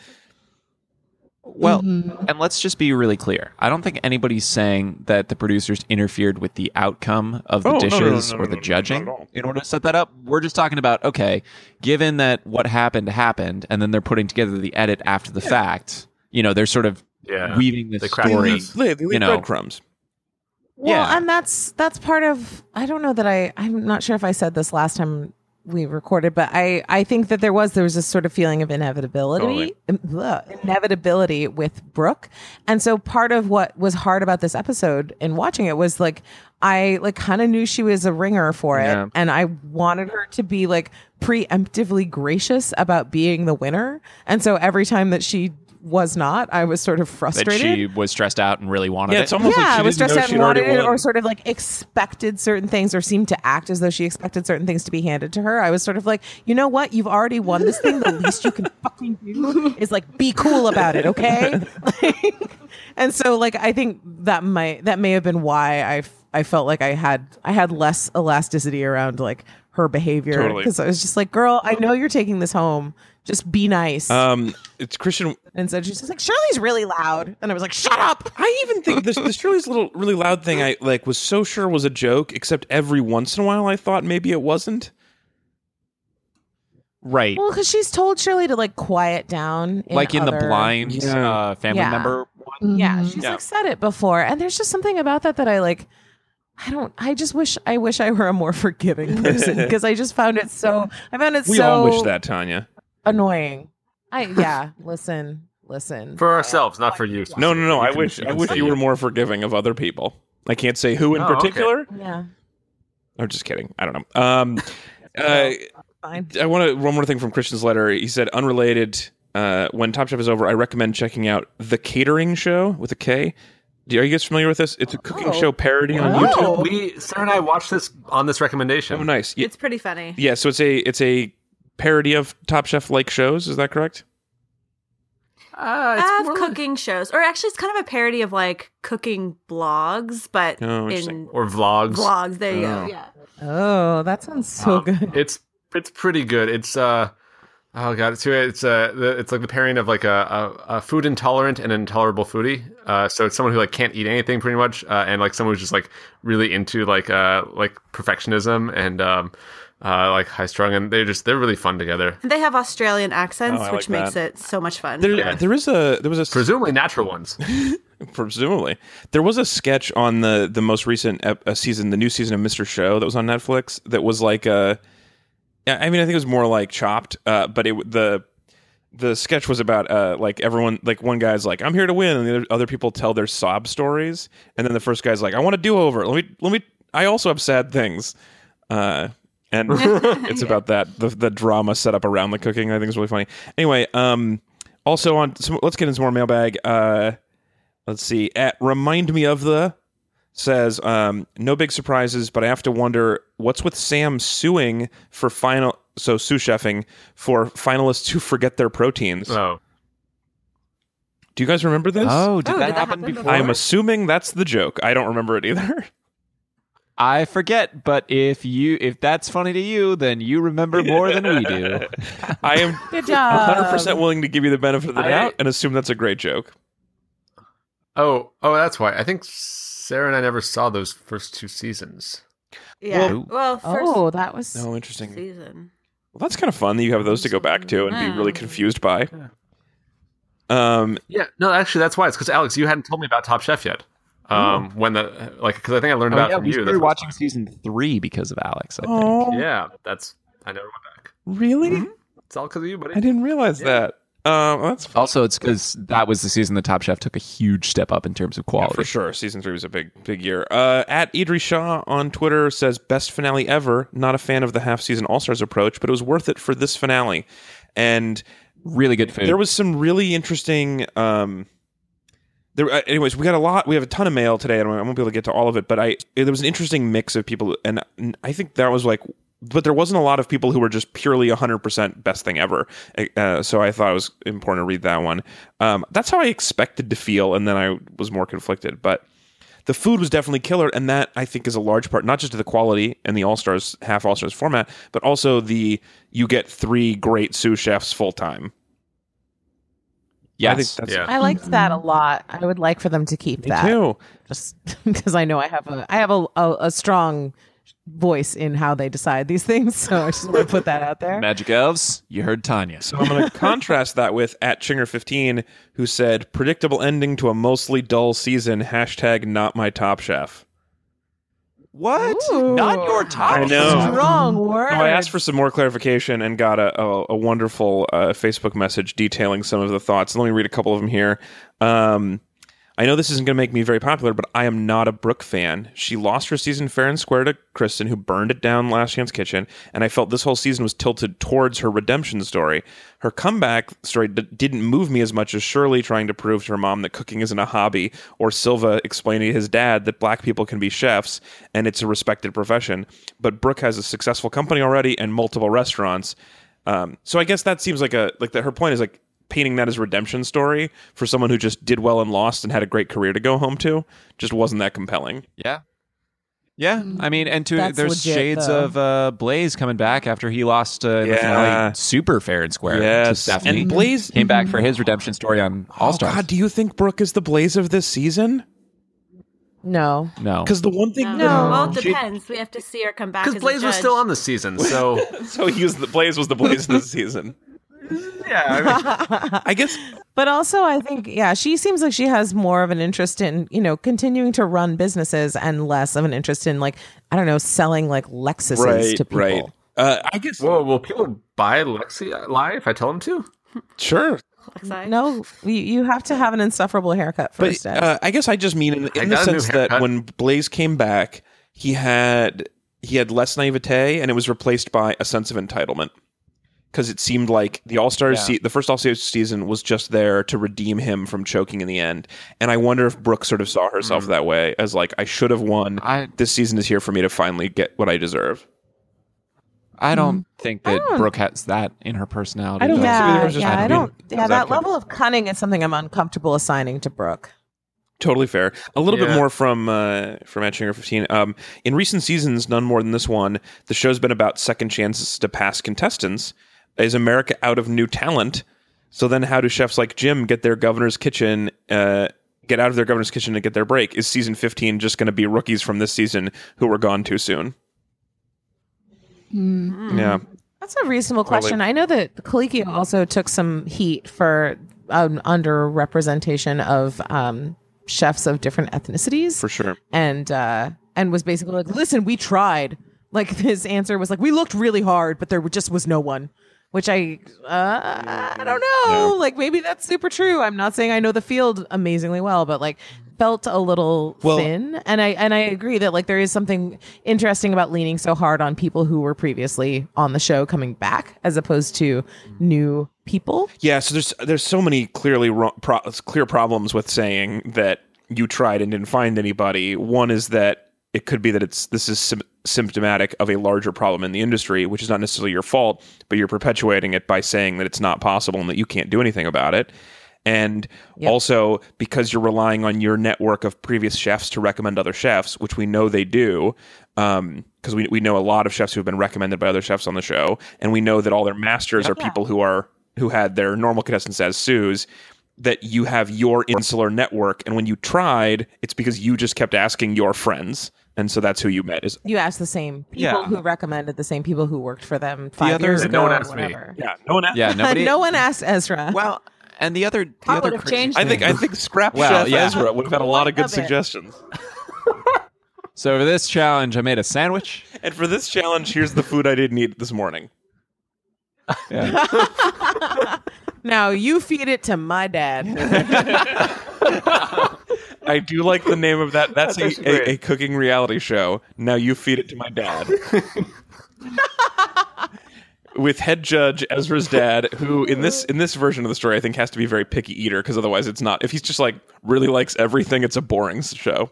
Well, Mhm. and let's just be really clear. I don't think anybody's saying that the producers interfered with the outcome of the Oh, no, no, no, dishes no, or no, the no, not judging at all. in order to set that up. We're just talking about okay, given that what happened happened, and then they're putting together the edit after the fact. You know, they're sort of Yeah. weaving this They cracked story. this. They leave You know. breadcrumbs. Well, Yeah. and that's that's part of I don't know that I I'm not sure if I said this last time we recorded, but I I think that there was there was this sort of feeling of inevitability Totally. in- blah, inevitability with Brooke. And so part of what was hard about this episode in watching it was like I like kind of knew she was a ringer for it Yeah. and I wanted her to be like preemptively gracious about being the winner. And so every time that she was not, I was sort of That frustrated she was stressed out and really wanted Yeah, it. it's almost yeah, like she I was didn't stressed know out she'd and wanted already it, won. or sort of like expected certain things, or seemed to act as though she expected certain things to be handed to her. I was sort of like, you know what? You've already won this thing. The least you can fucking do is like be cool about it, okay? Like, and so, like, I think that might that may have been why I f- I felt like I had I had less elasticity around like her behavior Totally. because I was just like, girl, I know you're taking this home. Just be nice. Um, it's Christian. and so she's just like, Shirley's really loud, and I was like, shut up. I even think this this Shirley's little really loud thing I like was so sure was a joke, except every once in a while I thought maybe it wasn't. right. Well, because she's told Shirley to like quiet down, in like in the other- blind Yeah. Mm-hmm. uh, family Yeah. member one. Yeah, Mhm. she's Yeah. like said it before, and there's just something about that that I like. I don't. I just wish. I wish I were a more forgiving person because I just found it so. I found it We so all wish that, Tanya. annoying. I yeah. listen, listen. for ourselves, not for you. No, no, no. You I can- wish I can wish say you it. were more forgiving of other people. I can't say who in Oh, okay. particular. yeah. I'm just kidding. I don't know. Um, uh, Fine. I want to one more thing from Christian's letter. He said, unrelated. Uh, when Top Chef is over, I recommend checking out the Catering Show with a K. Do- Are you guys familiar with this? It's a cooking Oh. show parody on Wow. YouTube. Oh. We Sarah and I watched this on this recommendation. Oh, nice. Yeah, It's pretty funny. yeah, so it's a it's a parody of Top Chef like shows. Is that correct? Ah, it's of more like- Oh, cooking shows, or actually, it's kind of a parody of like cooking blogs, but Oh, interesting. in or vlogs. vlogs. There you go. Oh. Yeah. Oh, that sounds so Uh, Um, good. It's it's pretty good. It's uh oh god, it's it's uh the, it's like the pairing of like a, a, a food intolerant and an intolerable foodie. Uh, so it's someone who like can't eat anything pretty much, uh, and like someone who's just like really into like uh like perfectionism and um uh like high strung, and they're just they're really fun together. And they have Australian accents, Oh, I which like makes that. it so much fun. There, Yeah. there is a there was a Presumably natural ones. presumably there was a sketch on the the most recent ep- uh, season the new season of mr show that was on netflix that was like a i mean i think it was more like chopped uh, but it w- the the sketch was about uh, like everyone like one guy's like i'm here to win and the other, other people tell their sob stories and then the first guy's like i want to do over let me let me i also have sad things uh, and it's about that the, the drama set up around the cooking i think is really funny anyway um also on some, let's get into some more mailbag uh let's see at remind me of the says um, no big surprises but i have to wonder what's with sam suing for final so sous chefing for finalists who forget their proteins Oh, do you guys remember this Oh, did Oh, that did that happen happen before? before? i'm assuming that's the joke i don't remember it either I forget, but if you if that's funny to you, then you remember more than we do. i am Good job. 100% willing to give you the benefit of the I- doubt and assume that's a great joke oh, oh, that's why. I think Sarah and I never saw those first two seasons. yeah. Well- Well, first Oh, that was oh interesting season. well, that's kind of fun that you have those to go back to and be really Mm. confused by um Yeah, no, actually, that's why. It's because Alex, you hadn't told me about Top Chef yet. Um, when the like, because I think I learned about it Oh, yeah, from we you. started That's why- watching season three because of Alex. I think. oh Yeah, that's I never went back. really It's all because of you, buddy. I didn't realize that. Um, Mm-hmm. that's fun. Also, it's because that was the season the Top Chef took a huge step up in terms of quality. for sure. Season three was a big, big year. Uh, at Idri Shaw on Twitter says best finale ever. Not a fan of the half season All Stars approach, but it was worth it for this finale. And Really good food. there was some really interesting. Um, there, uh, anyways, we got a lot. We have a ton of mail today, and I won't be able to get to all of it. But I, there was an interesting mix of people, and I think that was like, but there wasn't a lot of people who were just purely 100% best thing ever. Uh, so I thought it was important to read that one. Um, that's how I expected to feel, and then I was more conflicted. But the food was definitely killer, and that I think is a large part, not just to the quality and the All Stars half All Stars format, but also the you get three great sous chefs full time. Yes. I think that's Yeah. I liked that a lot. I would like for them to keep me that. too. Just because I know I have a I have a, a, a strong voice in how they decide these things. So I just want to put that out there. Magic elves, you heard Tanya. So I'm going to contrast that with at Chinger15, who said predictable ending to a mostly dull season. Hashtag not my Top Chef. What? Ooh. Not your top. I know. Strong word. So I asked for some more clarification and got a, a, a wonderful uh, Facebook message detailing some of the thoughts. Let me read a couple of them here. Um, I know this isn't going to make me very popular, but I am not a Brooke fan. She lost her season fair and square to Kristen, who burned it down last chance kitchen, and I felt this whole season was tilted towards her redemption story. Her comeback story d- didn't move me as much as Shirley trying to prove to her mom that cooking isn't a hobby, or Silva explaining to his dad that black people can be chefs and it's a respected profession. But Brooke has a successful company already and multiple restaurants. Um, so I guess that seems like a like that. Her point is like painting that as a redemption story for someone who just did well and lost and had a great career to go home to just wasn't that compelling. Yeah. Yeah, I mean, and to Mm. That's there's legit, shades though. of uh, Blaze coming back after he lost uh, in the Yeah. finale super fair and square to Yes. Stephanie. And Blaze- came back for his redemption story on All Stars. Oh God, do you think Brooke is the Blaze of this season? no. no, Because the one thing No. No. Well, it depends. We have to see her come back. Because as a Blaze was judge. still on the season, so that, so he was the Blaze was the Blaze of this season. yeah. I mean, I guess But also, I think, yeah, she seems like she has more of an interest in, you know, continuing to run businesses and less of an interest in, like, I don't know, selling like Lexuses to people. Uh, I guess whoa, will people buy Lexi live? If I tell them to. sure, Lexi. No, you, you have to have an insufferable haircut first. but Ed. uh, I guess I just mean in, I in the got a new sense that haircut. when Blaze came back, he had he had less naivete, and it was replaced by a sense of entitlement. Because it seemed like the All Stars, se- the first All Stars season was just there to redeem him from choking in the end, and I wonder if Brooke sort of saw Mm. herself that way as like I should have won. I this season is here for me to finally get what I deserve. I don't think that don't- Brooke has that in her personality. Mm. I don't though. think so either. It yeah, was just- yeah, I I don't- don't. I Yeah, was that actually- level of cunning is something I'm uncomfortable assigning to Brooke. Totally fair. A little bit Yeah. more from uh, from Etchinger fifteen. Um, in recent seasons, none more than this one, the show's been about second chances to past contestants. Is America out of new talent? So then, how do chefs like Jim get their governor's kitchen? Uh, get out of their governor's kitchen and get their break? Is season fifteen just going to be rookies from this season who were gone too soon? Yeah, That's a reasonable question. I know that Colicchio also took some heat for um, underrepresentation of um, chefs of different ethnicities. for sure. and uh and was basically like listen we tried like his answer was like we looked really hard but there just was no one which i uh, i don't know like maybe that's super true i'm not saying i know the field amazingly well but like felt a little thin and i and i agree that like there is something interesting about leaning so hard on people who were previously on the show coming back as opposed to new people Yeah, so there's there's so many clearly wrong, pro, clear problems with saying that you tried and didn't find anybody. One is that it could be that it's this is sym- symptomatic of a larger problem in the industry, which is not necessarily your fault, but you're perpetuating it by saying that it's not possible and that you can't do anything about it. And also because you're relying on your network of previous chefs to recommend other chefs, which we know they do, because we, we know a lot of chefs who have been recommended by other chefs on the show, and we know that all their masters are people who are who had their normal contestants as sous. That you have your insular network, and when you tried, it's because you just kept asking your friends, and so that's who you met. Is you asked the same people Yeah. who recommended the same people who worked for them five other- years ago And no one or asked me. whatever. yeah, no one. Asked. Yeah, nobody. no one asked Ezra. Well, and the other, the I other would have crazy- changed I think I think Scrap Wow, Chef yeah. Ezra would have had a lot of Love good it. suggestions. So for this challenge, I made a sandwich. And for this challenge, here's the food I didn't eat this morning. now you feed it to my dad. I do like the name of that. That's, That's a, great. a, a cooking reality show. Now you feed it to my dad. With head judge Ezra's dad, who in this in this version of the story I think has to be a very picky eater because otherwise it's not. If he's just like really likes everything, it's a boring s- show.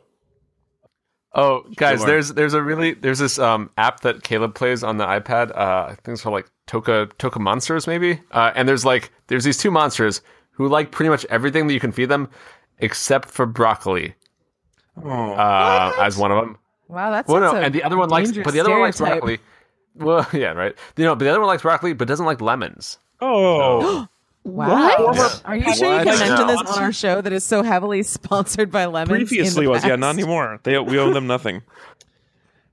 Oh, guys, Sure. there's there's a really there's this um app that Caleb plays on the iPad. Uh, I think it's called like Toka Toka Monsters maybe. Uh, and there's like there's these two monsters who like pretty much everything that you can feed them, except for broccoli. Oh. uh, as one of them. Wow, that's Well, no, and the other one likes, but the other one likes broccoli. Well, yeah, right. You know, but the other one likes broccoli, but doesn't like lemons. oh. Wow. What? Yeah. Are you sure you What? can mention No. this on our show that is so heavily sponsored by lemons? in the Previously was yeah, past? not anymore. They we owe them nothing.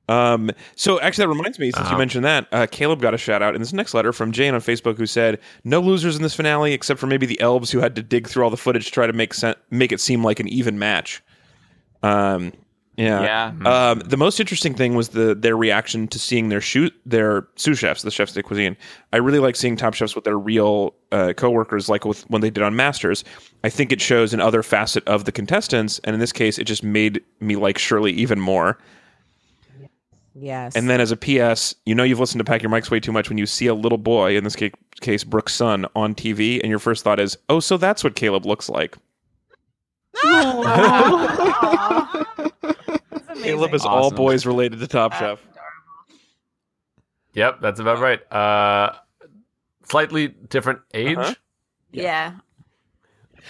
Um. So actually, that reminds me. Since you mentioned that, uh, Caleb got a shout out in this next letter from Jane on Facebook, who said, "No losers in this finale, except for maybe the elves who had to dig through all the footage to try to make sen- make it seem like an even match." Um. Yeah. Yeah. Um, the most interesting thing was the their reaction to seeing their shoot their sous chefs, the chefs de cuisine. I really like seeing top chefs with their real uh, coworkers, like with when they did on Masters. I think it shows another facet of the contestants, and in this case, it just made me like Shirley even more. Yes. And then, as a PS, you know you've listened to Pack Your Mics way too much when you see a little boy, in this ca- case Brooke's son, on TV, and your first thought is, "Oh, so that's what Caleb looks like." Caleb is all Awesome. boys related to Top Chef. Yep, that's about right. Uh, slightly different age. Uh-huh. yeah.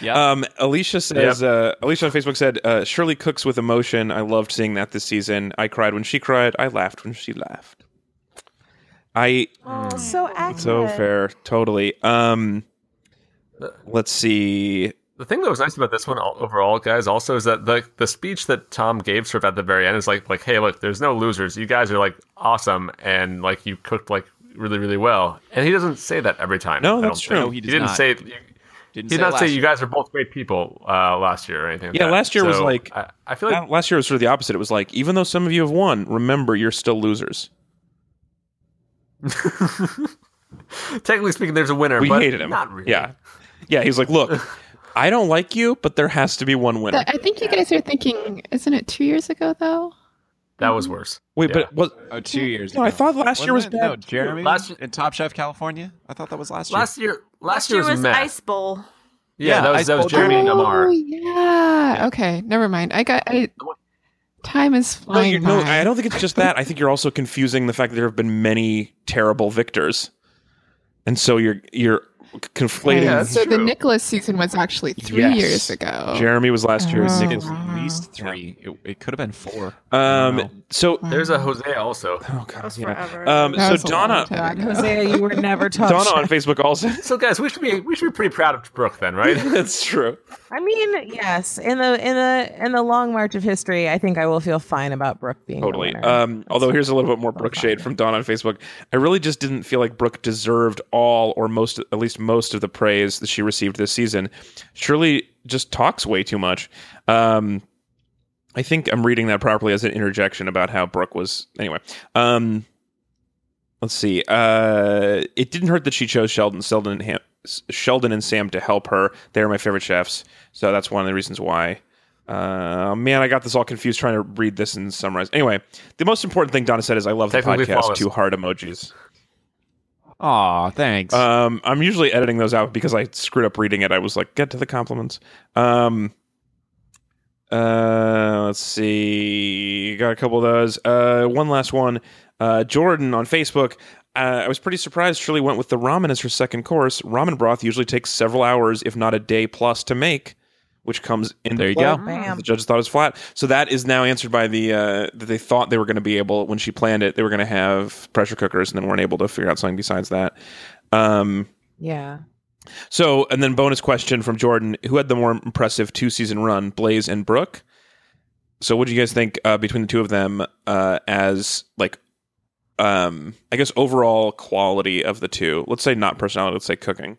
Yeah. Um, Alicia says, uh, Alicia on Facebook said, uh, Shirley cooks with emotion. I loved seeing that this season. I cried when she cried. I laughed when she laughed. I so accurate. so fair, totally. Um, let's see. The thing that was nice about this one all, overall, guys, also is that the the speech that Tom gave sort of at the very end is like like Hey, look, there's no losers. You guys are like awesome, and like you cooked like really really well. And he doesn't say that every time. No, I don't that's think. true. No, he does didn't not. say. Didn't He did not last say year. you guys are both great people uh, last year or anything. like Yeah, that. last year was So, like- I, I feel like Uh, Last year was sort of the opposite. It was like, even though some of you have won, remember you're still losers. technically speaking, there's a winner. We but hated him. Not really. Yeah, yeah. He's like, look, I don't like you, but there has to be one winner. But I think you guys are thinking, isn't it two years ago though? that was worse. Wait, Yeah. but was, Oh, two years. no, I ago. thought last year was Wasn't it? bad. No, Jeremy Last- in Top Chef California. I thought that was last year. Last year, last, Last year was meh. Ice Bowl. Yeah, Yeah, that was Ice that was Bowl Jeremy and oh, Amar. Yeah. Okay. Never mind. I got. I, time is No, flying you're, no, by. I don't think it's just that. I think you're also confusing the fact that there have been many terrible victors, and so you're you're conflating. Yeah, that's so the true. Nicholas season was actually three Yes. years ago. Jeremy was last year. Oh. It Nicholas- was at least three. It, it could have been four. Wow. Um. So. There's a Jose also. Oh That God. was Yeah. forever. Um. That So was a long Donna. time God, ago. Hosea, you were never top Donna on chef. Facebook also. So guys, we should be we should be pretty proud of Brooke then, right? That's true. I mean, yes, in the in the in the long march of history, I think I will feel fine about Brooke being the Totally. winner. Um. Although here's a little bit more That's Brooke fine. shade from Dawn on Facebook. I really just didn't feel like Brooke deserved all or most, at least most of the praise that she received this season. Shirley just talks way too much. Um. I think I'm reading that properly as an interjection about how Brooke was. Anyway, um, let's see. Uh, it didn't hurt that she chose Sheldon, Sheldon, and Ham, Sheldon and Sam to help her. They're my favorite chefs, so that's one of the reasons why. Uh, man, I got this all confused trying to read this and summarize. Anyway, the most important thing Donna said is, "I love the Technically podcast." flawless. Two heart emojis. Aw, thanks. Um, I'm usually editing those out because I screwed up reading it. I was like, get to the compliments. Um, uh, let's see. Got a couple of those. Uh, one last one. Uh, Jordan on Facebook. Uh, I was pretty surprised Shirley went with the ramen as her second course. Ramen broth usually takes several hours, if not a day plus, to make, which comes in. There you go. Bam. The judges thought it was flat, so that is now answered by the uh, that they thought they were going to be able when she planned it. They were going to have pressure cookers, and then weren't able to figure out something besides that. Um, yeah. so, and then bonus question from Jordan: Who had the more impressive two season run, Blaze and Brooke? So, what do you guys think uh, between the two of them uh, as like, um, I guess overall quality of the two? Let's say not personality. Let's say cooking.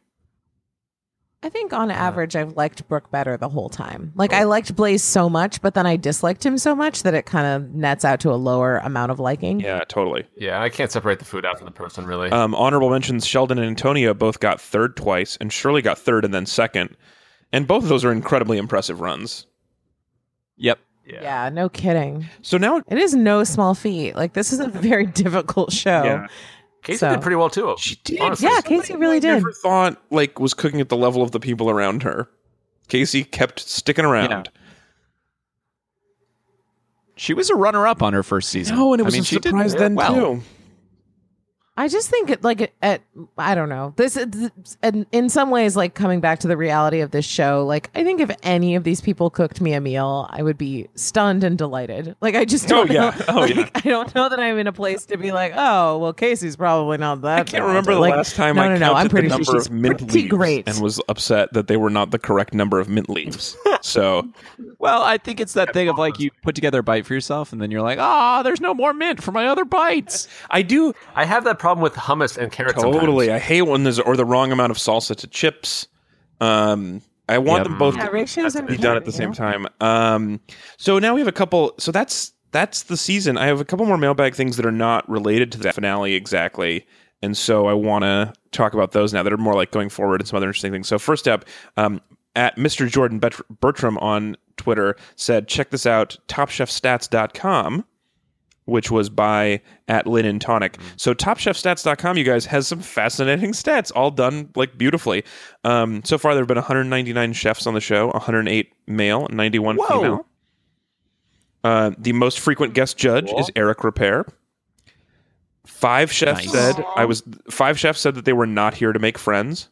I think on average, I've liked Brooke better the whole time. Like Oh. I liked Blaze so much, but then I disliked him so much that it kind of nets out to a lower amount of liking. Yeah, totally. yeah, I can't separate the food out from the person really. Um, honorable mentions: Sheldon and Antonio both got third twice, and Shirley got third and then second, and both of those are incredibly impressive runs. yep. Yeah. no kidding. So now, It is no small feat. Like this is a very difficult show. Yeah. Casey so- did pretty well too. She did. Honestly. Yeah, Casey really did. Never thought like was cooking at the level of the people around her. Casey kept sticking around. She was a runner up on her first season. No, and it I was mean, a she did surprise then well. too. I just think it like at I don't know this it's- and in some ways like coming back to the reality of this show like I think if any of these people cooked me a meal I would be stunned and delighted like I just Oh, don't yeah. know, Oh, like, yeah. I don't know that I'm in a place to be like oh well Casey's probably not that I can't remember talented." the Like, last time no I no counted no I'm pretty the sure number she's of mint pretty leaves great and was upset that they were not the correct number of mint leaves. so Well, I think it's that thing of like you put together a bite for yourself, and then you're like, ah, there's no more mint for my other bites. I do I have that problem with hummus and carrots. totally. I hate when there's or the wrong amount of salsa to chips. Um, I want Yep. them both yeah, to ratios are be done at the same time. Um, so now we have a couple. So that's that's the season. I have a couple more mailbag things that are not related to that finale exactly, and so I want to talk about those now that are more like going forward and some other interesting things. So first up, um, at Mr. Jordan Bet- Bertram on Twitter said, check this out: TopChefStats.com which was by at Lin and Mm. Tonic. So TopChefStats.com, you guys, has some fascinating stats, all done like beautifully. Um, so far, there have been 199 chefs on the show, 108 male, 91 Whoa. female. Uh, the most frequent guest judge Cool. is Eric Repair. Five chefs Nice. said I was. Five chefs said that they were not here to make friends.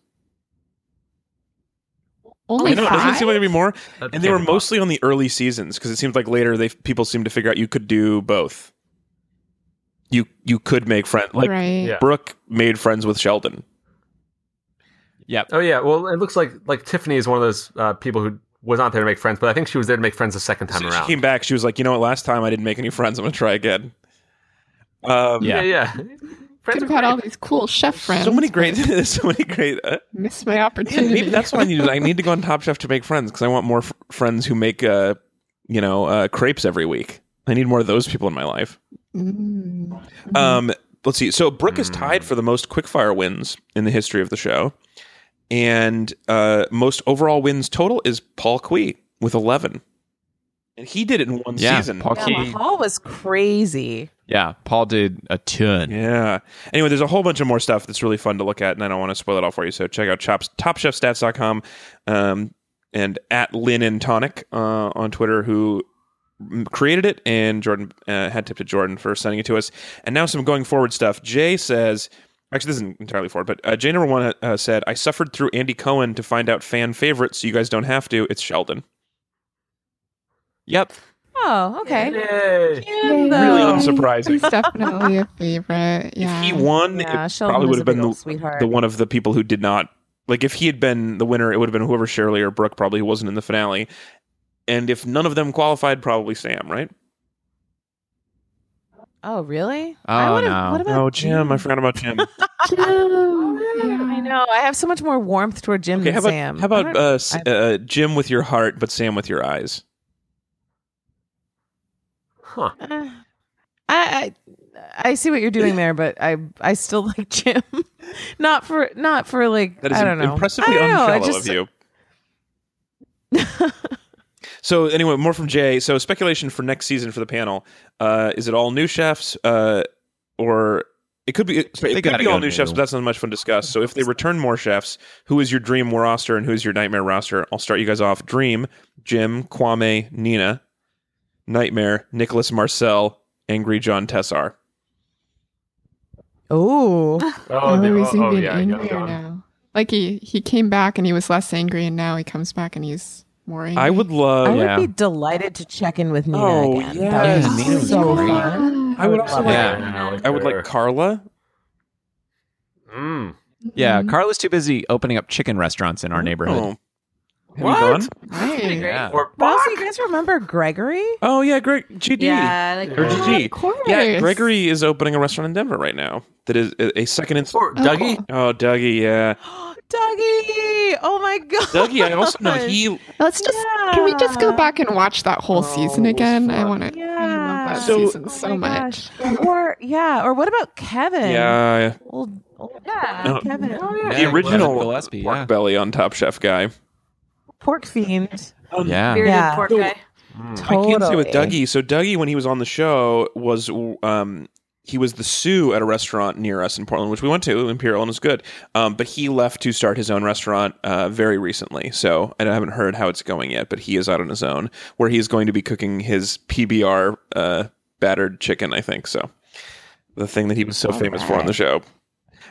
Only I know it doesn't five. seem like there'd be more. That And they were can't be mostly on the early seasons because it seems like later they people seemed to figure out you could do both. You you could make friends like right. yeah. Brooke made friends with Sheldon. Yep. Oh yeah. Well, it looks like like Tiffany is one of those uh, people who was not there to make friends, but I think she was there to make friends the second time So she around. came back. She was like, you know what? Last time I didn't make any friends. I'm gonna try again. Um, yeah, Yeah. yeah. Could Friends have are had all great. these cool chef friends. So many great. so many great. Uh, Missed my yeah, opportunity. maybe that's what I need. to do. I need to go on Top Chef to make friends because I want more f- friends who make, uh, you know, uh, crepes every week. I need more of those people in my life. Mm. Um, let's see. So Brooke Mm. is tied for the most quickfire wins in the history of the show, and uh, most overall wins total is Paul Kui with eleven, and he did it in one Yeah, season. Paul yeah, Key. Paul was crazy Yeah, Paul did a ton. Yeah. Anyway, there's a whole bunch of more stuff that's really fun to look at, and I don't want to spoil it all for you. So check out chops, topchefstats.com um, and at Lin and Tonic uh, on Twitter, who m- created it, and Jordan uh, had tip to Jordan for sending it to us. And now some going forward stuff. Jay says, actually, this isn't entirely forward, but uh, Jay number one uh, said, I suffered through Andy Cohen to find out fan favorites, so you guys don't have to. It's Sheldon. Yep. oh okay uh, Yay. Him, Really though. unsurprising. He's definitely a favorite. Yeah. If he won, yeah it Sheldon probably was would a have big been the, old sweetheart the one of the people who did not like if he had been the winner it would have been whoever shirley or brooke probably wasn't in the finale and if none of them qualified probably sam right oh really Oh, I would've- no. what about oh jim i forgot about jim I know. I have so much more warmth toward Jim than okay how about Sam. how about I uh, S- uh, jim with your heart but sam with your eyes Huh. don't- uh, I, I I see what you're doing there, but I I still like Jim. not for not for like that is I don't know. I impressively don't know. I unfellow just- of you So anyway, more from Jay. So speculation for next season for the panel: uh, is it all new chefs, uh, or it could be? Sorry, They it could gotta be all go new new. chefs, but that's not much fun to discuss. So if they return more chefs, who is your dream roster and who is your nightmare roster? I'll start you guys off. Dream: Jim, Kwame, Nina. Nightmare: Nicholas Marcel, Angry John Tessar. Oh, Oh, they- he's even yeah, angrier yeah. now. Like he he came back and he was less angry, and now he comes back and he's more angry. I would I love. would yeah. be delighted to check in with Nina Oh, again. yes. That would be Nina was so great. fun. I would also love like- that. Yeah, I like I would her. like Carla. Mm. Yeah, Mhm. Carla's too busy opening up chicken restaurants in our neighborhood. Oh. Have you What? gone? Right. Yeah. Or But also, Bach. you guys remember Gregory? Oh yeah, Greg GD. Yeah, like Or Yeah, GG. of course. Yeah, Gregory is opening a restaurant in Denver right now. That is a a second inst- Or Dougie. Oh, Dougie, yeah. Dougie! Oh my god, Dougie, I also know he. Let's just. Can we just go Yeah. back and watch that whole season Oh, again? I fuck. want to. I love that Yeah. So- season so Oh my much. gosh. or yeah, or what about Kevin? Yeah, Old, old Yeah. No. Kevin. the original Kevin Gillespie, pork yeah. belly on Top Chef guy. Pork fiend. Oh, Yeah. bearded Yeah. pork No. guy. Mm. Totally. Hmm. I can't say with Dougie. So Dougie, when he was on the show, was um he was the sous at a restaurant near us in Portland, which we went to Imperial and it was good. Um, but he left to start his own restaurant uh, very recently, so I haven't heard how it's going yet. But he is out on his own, where he is going to be cooking his PBR uh, battered chicken. I think so. the thing that he was so famous for on the show.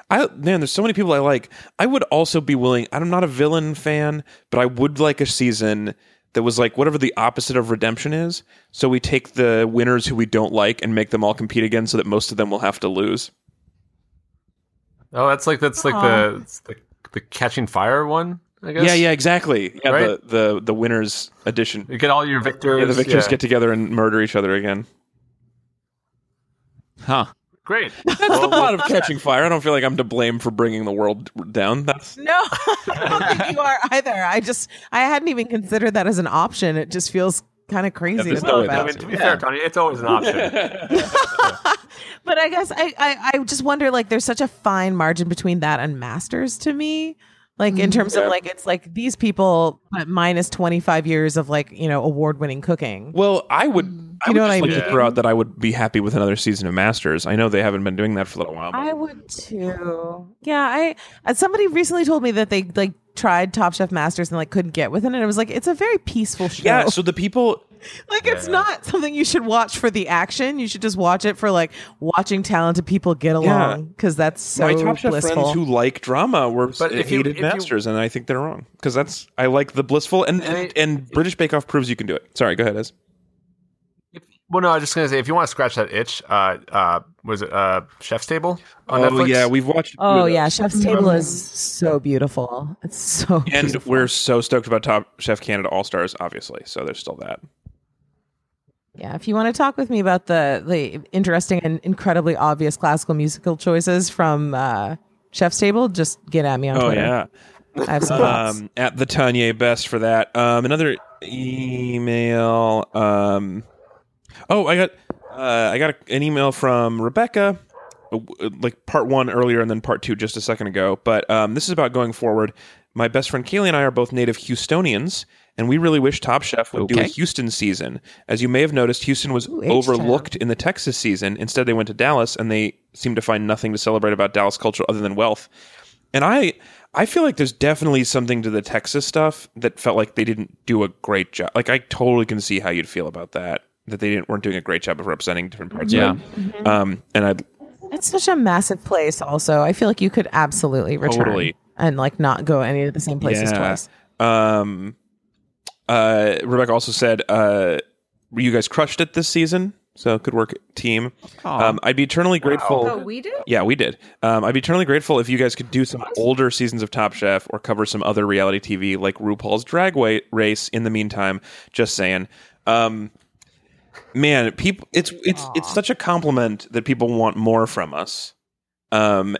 I man, there's so many people I like. I would also be willing. I'm not a villain fan, but I would like a season that was like whatever the opposite of redemption is. So we take the winners who we don't like and make them all compete again, so that most of them will have to lose. Oh, that's like that's like the, it's the the catching fire one. I guess. Yeah, yeah, exactly. Yeah, Right? the, the the winners edition. You get all your victors. Yeah, the victors yeah. get together and murder each other again. Huh. great. That's the plot of Catching Fire. I don't feel like I'm to blame for bringing the world down. That's No, I don't think you are either. I just I hadn't even considered that as an option. It just feels kind of crazy to there's think no way about. I mean, Oh, to be fair, Tony, it's always an option. but I guess I, I I just wonder like there's such a fine margin between that and masters to me. Like in terms Yeah. of like it's like these people but minus 25 years of like, you know, award-winning cooking. well, I would. I You would know what just I like to mean? throw out that I would be happy with another season of Masters. I know they haven't been doing that for a little while. but- I would too. Yeah, I uh, somebody recently told me that they like tried Top Chef Masters and like couldn't get with it and it was like it's a very peaceful show. yeah, so the people like it's not something you should watch for the action. You should just watch it for like watching talented people get along cuz that's so my top chef blissful. friends who like drama were But if you- hated if you- Masters, and I think they're wrong because that's I like the blissful and and, I- and British Bake Off proves you can do it. Sorry, go ahead, Ez. well, no, I was just gonna say if you want to scratch that itch, uh, uh, was it uh, Chef's Table on oh Netflix? yeah, we've watched. Oh yeah. yeah, Chef's Table is so beautiful. It's so And beautiful. we're so stoked about Top Chef Canada All Stars, obviously. So there's still that. yeah. If you want to talk with me about the the interesting and incredibly obvious classical musical choices from uh, Chef's Table, just get at me on Oh Twitter. yeah, I have some thoughts. um, at the Tanya best for that. Um, another email. Um, oh, I got uh, I got a, an email from Rebecca, uh, w- like part one earlier and then part two just a second ago. But um, this is about going forward. My best friend Kaylee and I are both native Houstonians, and we really wish Top Chef would do a Okay. Houston season. As you may have noticed, Houston was H-Town. overlooked in the Texas season. Instead, they went to Dallas, and they seem to find nothing to celebrate about Dallas culture other than wealth. And I I feel like there's definitely something to the Texas stuff that felt like they didn't do a great job. Like I totally can see how you'd feel about that that they didn't weren't doing a great job of representing different parts Yeah. of it. Mm-hmm. Um and I It's such a massive place. Also, I feel like you could absolutely return Totally. and like not go any of the same places Yeah. twice. um uh Rebecca also said uh you guys crushed it this season. So good work team. Aw. Um I'd be eternally grateful. Oh, we do? Yeah, we did. Um, I'd be eternally grateful if you guys could do some older seasons of Top Chef or cover some other reality TV like RuPaul's Drag Wa- Race. In the meantime, just saying, um, man, people, it's it's it's such a compliment that people want more from us, um,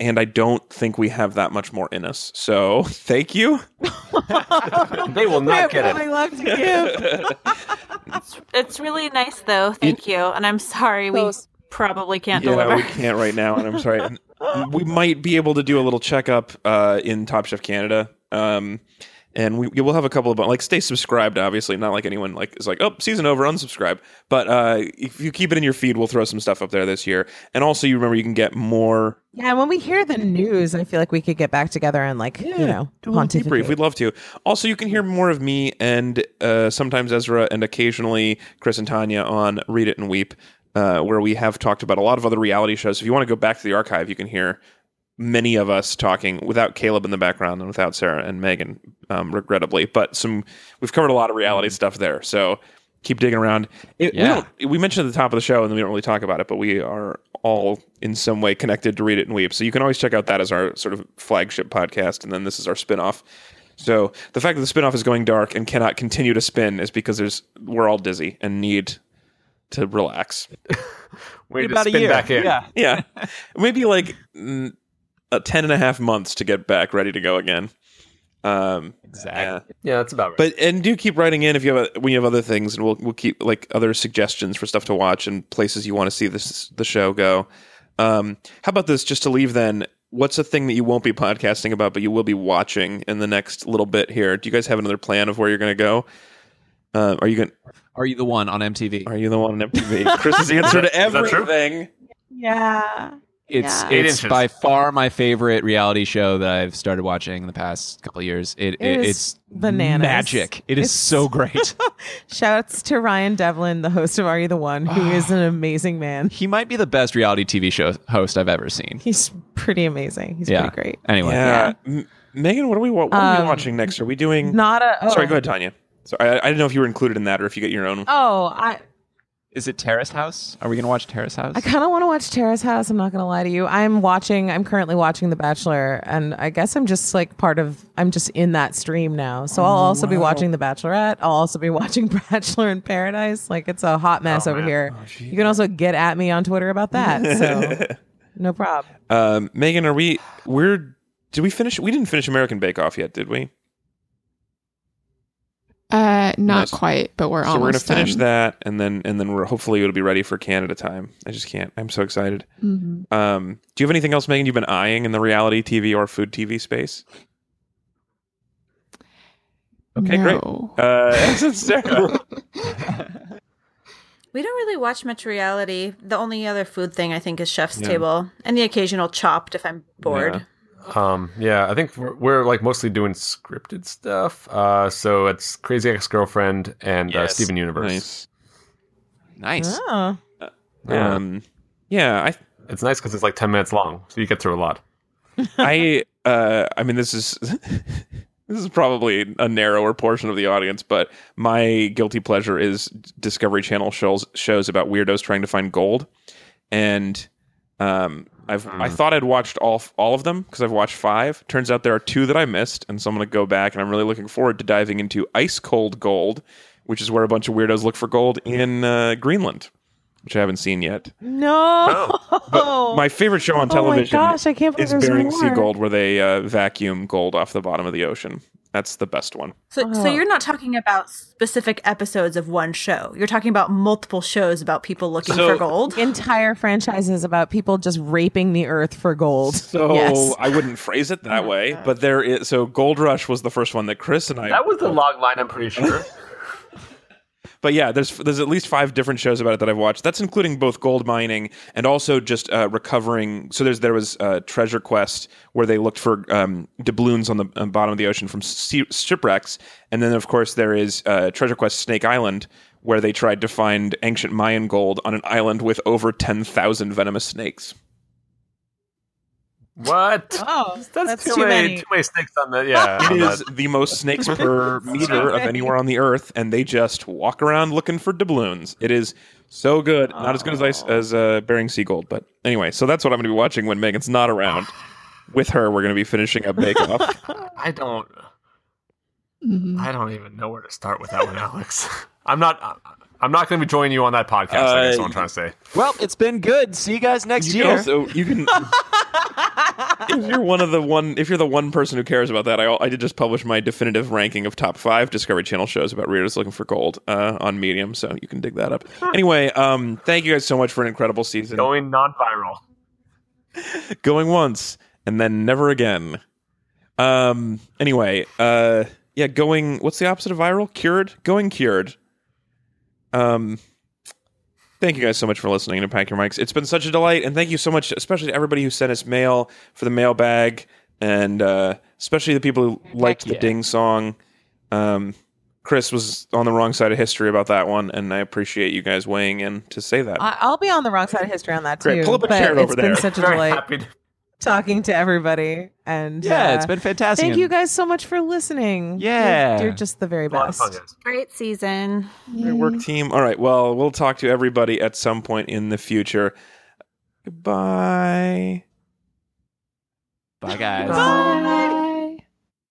and I don't think we have that much more in us. So thank you. they will not get I it. love to give. It's really nice, though. Thank you. And I'm sorry we Close. probably can't Yeah, deliver. we can't right now, and I'm sorry. And we might be able to do a little checkup uh, in Top Chef Canada, um, and we we'll have a couple of like stay subscribed. Obviously, not like anyone like is like oh season over unsubscribe, but uh, if you keep it in your feed, we'll throw some stuff up there this year. And also, you remember you can get more Yeah, and when we hear the news, I feel like we could get back together and like you know do a little deep pontificate. brief. We'd love to. Also, you can hear more of me and uh, sometimes Ezra and occasionally Chris and Tanya on Read It and Weep, uh, where we have talked about a lot of other reality shows. If you want to go back to the archive, you can hear many of us talking without Caleb in the background and without Sarah and Megan, um, regrettably. But some we've covered a lot of reality stuff there. So keep digging around. It, Yeah. we, don't, we mentioned at the top of the show, and then we don't really talk about it, but we are all in some way connected to Read It and Weep. So you can always check out that as our sort of flagship podcast, and then this is our spinoff. So the fact that the spinoff is going dark and cannot continue to spin is because there's we're all dizzy and need to relax. We just spin back in. Yeah. Yeah, maybe like mm, uh, 10 and a half months to get back ready to go again. Um, Exactly. yeah. Yeah, that's about right. But and do keep writing in if you have a, when you have other things, and we'll we'll keep like other suggestions for stuff to watch and places you want to see this the show go. Um, how about this? Just to leave then. What's a thing that you won't be podcasting about, but you will be watching in the next little bit here? Do you guys have another plan of where you're going to go? Um, are you going? Are you the one on MTV? Are you the one on MTV? Chris's answer to that true? everything. Yeah. It's Yeah. Eight it's inches. by far my favorite reality show that I've started watching in the past couple of years. It, It it is it's bananas. magic. It is It's- so great. Shouts to Ryan Devlin, the host of Are You the One, Ah. who is an amazing man. he might be the best reality TV show host I've ever seen. He's pretty amazing. He's Yeah. pretty great. Anyway, Yeah. M- Megan, what are we wa- what are we Um, watching next? Are we doing? Not a. Oh, Sorry, go ahead, Tanya. Sorry, I, I didn't know if you were included in that or if you get your own. Oh, I is it Terrace House? Are we gonna watch Terrace House? I kind of want to watch Tara's House. I'm not going to lie to you. I'm watching. I'm currently watching The Bachelor, and I guess I'm just like part of. I'm just in that stream now. So I'll also be watching The Bachelorette. I'll also be watching Bachelor in Paradise. Like it's a hot mess Oh, over here. you can also get at me on Twitter about that. Oh, So no problem. Um, Megan, are we? We're. Did we finish? We didn't finish American Bake Off yet, did we? Uh, not Nice. quite, but we're so we're gonna almost finish done. that, and then and then we're hopefully it'll be ready for Canada time. I just can't. I'm so excited. Mhm. Um, do you have anything else, Megan? You've been eyeing in the reality TV or food TV space. Okay, great. No. Uh, exit Sarah. We don't really watch much reality. The only other food thing I think is Chef's Yeah. Table and the occasional Chopped if I'm bored. Yeah. Um, yeah, I think we're, we're like mostly doing scripted stuff. Uh, so it's Crazy Ex-Girlfriend and uh, Yes. Steven Universe. nice. nice. Oh. Yeah. Um, yeah, I It's nice because it's like ten minutes long, so you get through a lot. I uh I mean this is this is probably a narrower portion of the audience, but my guilty pleasure is Discovery Channel shows shows about weirdos trying to find gold. And um I've I thought I'd watched all all of them because I've watched 5. Turns out there are two that I missed and so I'm going to go back and I'm really looking forward to diving into Ice Cold Gold, which is where a bunch of weirdos look for gold in uh, Greenland, which I haven't seen yet. No. Oh, My favorite show on television Oh my gosh! I can't believe is there's Bering more. Sea Gold, where they uh, vacuum gold off the bottom of the ocean. That's the best one. So, so Oh. you're not talking about specific episodes of one show. You're talking about multiple shows about people looking So- for gold. Entire franchises about people just raping the earth for gold. So yes. Oh I wouldn't phrase it that way, but there is. So Gold Rush was the first one that Chris and I. That was the log line, I'm pretty sure. but yeah, there's there's at least five different shows about it that I've watched. That's including both gold mining and also just uh, recovering. So there's there was uh, Treasure Quest where they looked for um, doubloons on the uh, bottom of the ocean from sea- shipwrecks, and then of course there is uh, Treasure Quest Snake Island where they tried to find ancient Mayan gold on an island with over ten thousand venomous snakes. what? uh, Oh, that's too many. Too many snakes on the yeah. on It is that. the most snakes per meter of anywhere on the earth, and they just walk around looking for doubloons. It is so good, not as good as ice, as uh, Bering Sea Gold, but anyway. So that's what I'm going to be watching when Megan's not around. With her, we're going to be finishing up Bake Off. I don't. Mm-hmm. Mhm. I don't even know where to start with that one, Alex. I'm not. I'm not going to be joining you on that podcast. I guess is what I'm trying to say. Well, it's been good. See you guys next you can year. also you can. if you're one of the one, if you're the one person who cares about that, I, I did just publish my definitive ranking of top five Discovery Channel shows about readers looking for gold uh, on Medium, so you can dig that up. Anyway, um, thank you guys so much for an incredible season. Going non-viral. going once and then never again. Um. Anyway, uh, yeah, going. What's the opposite of viral? Cured. Going cured. Um. Thank you guys so much for listening to Pack Your Mics. It's been such a delight, and thank you so much, especially to everybody who sent us mail for the mailbag, and uh, especially the people who liked the Ding song. Um, Chris was on the wrong side of history about that one, and I appreciate you guys weighing in to say that. I, I'll be on the wrong side of history on that too. Great, pull up a but chair it's over been there. such a Very delight happy. To, talking to everybody, and yeah, uh, it's been fantastic. Thank you guys so much for listening. Yeah. you're, you're just the very a lot of fun, best. guys. Great season. Great work, Mm-hmm. team. All right. Well, we'll talk to everybody at some point in the future. Goodbye. Bye guys. Bye.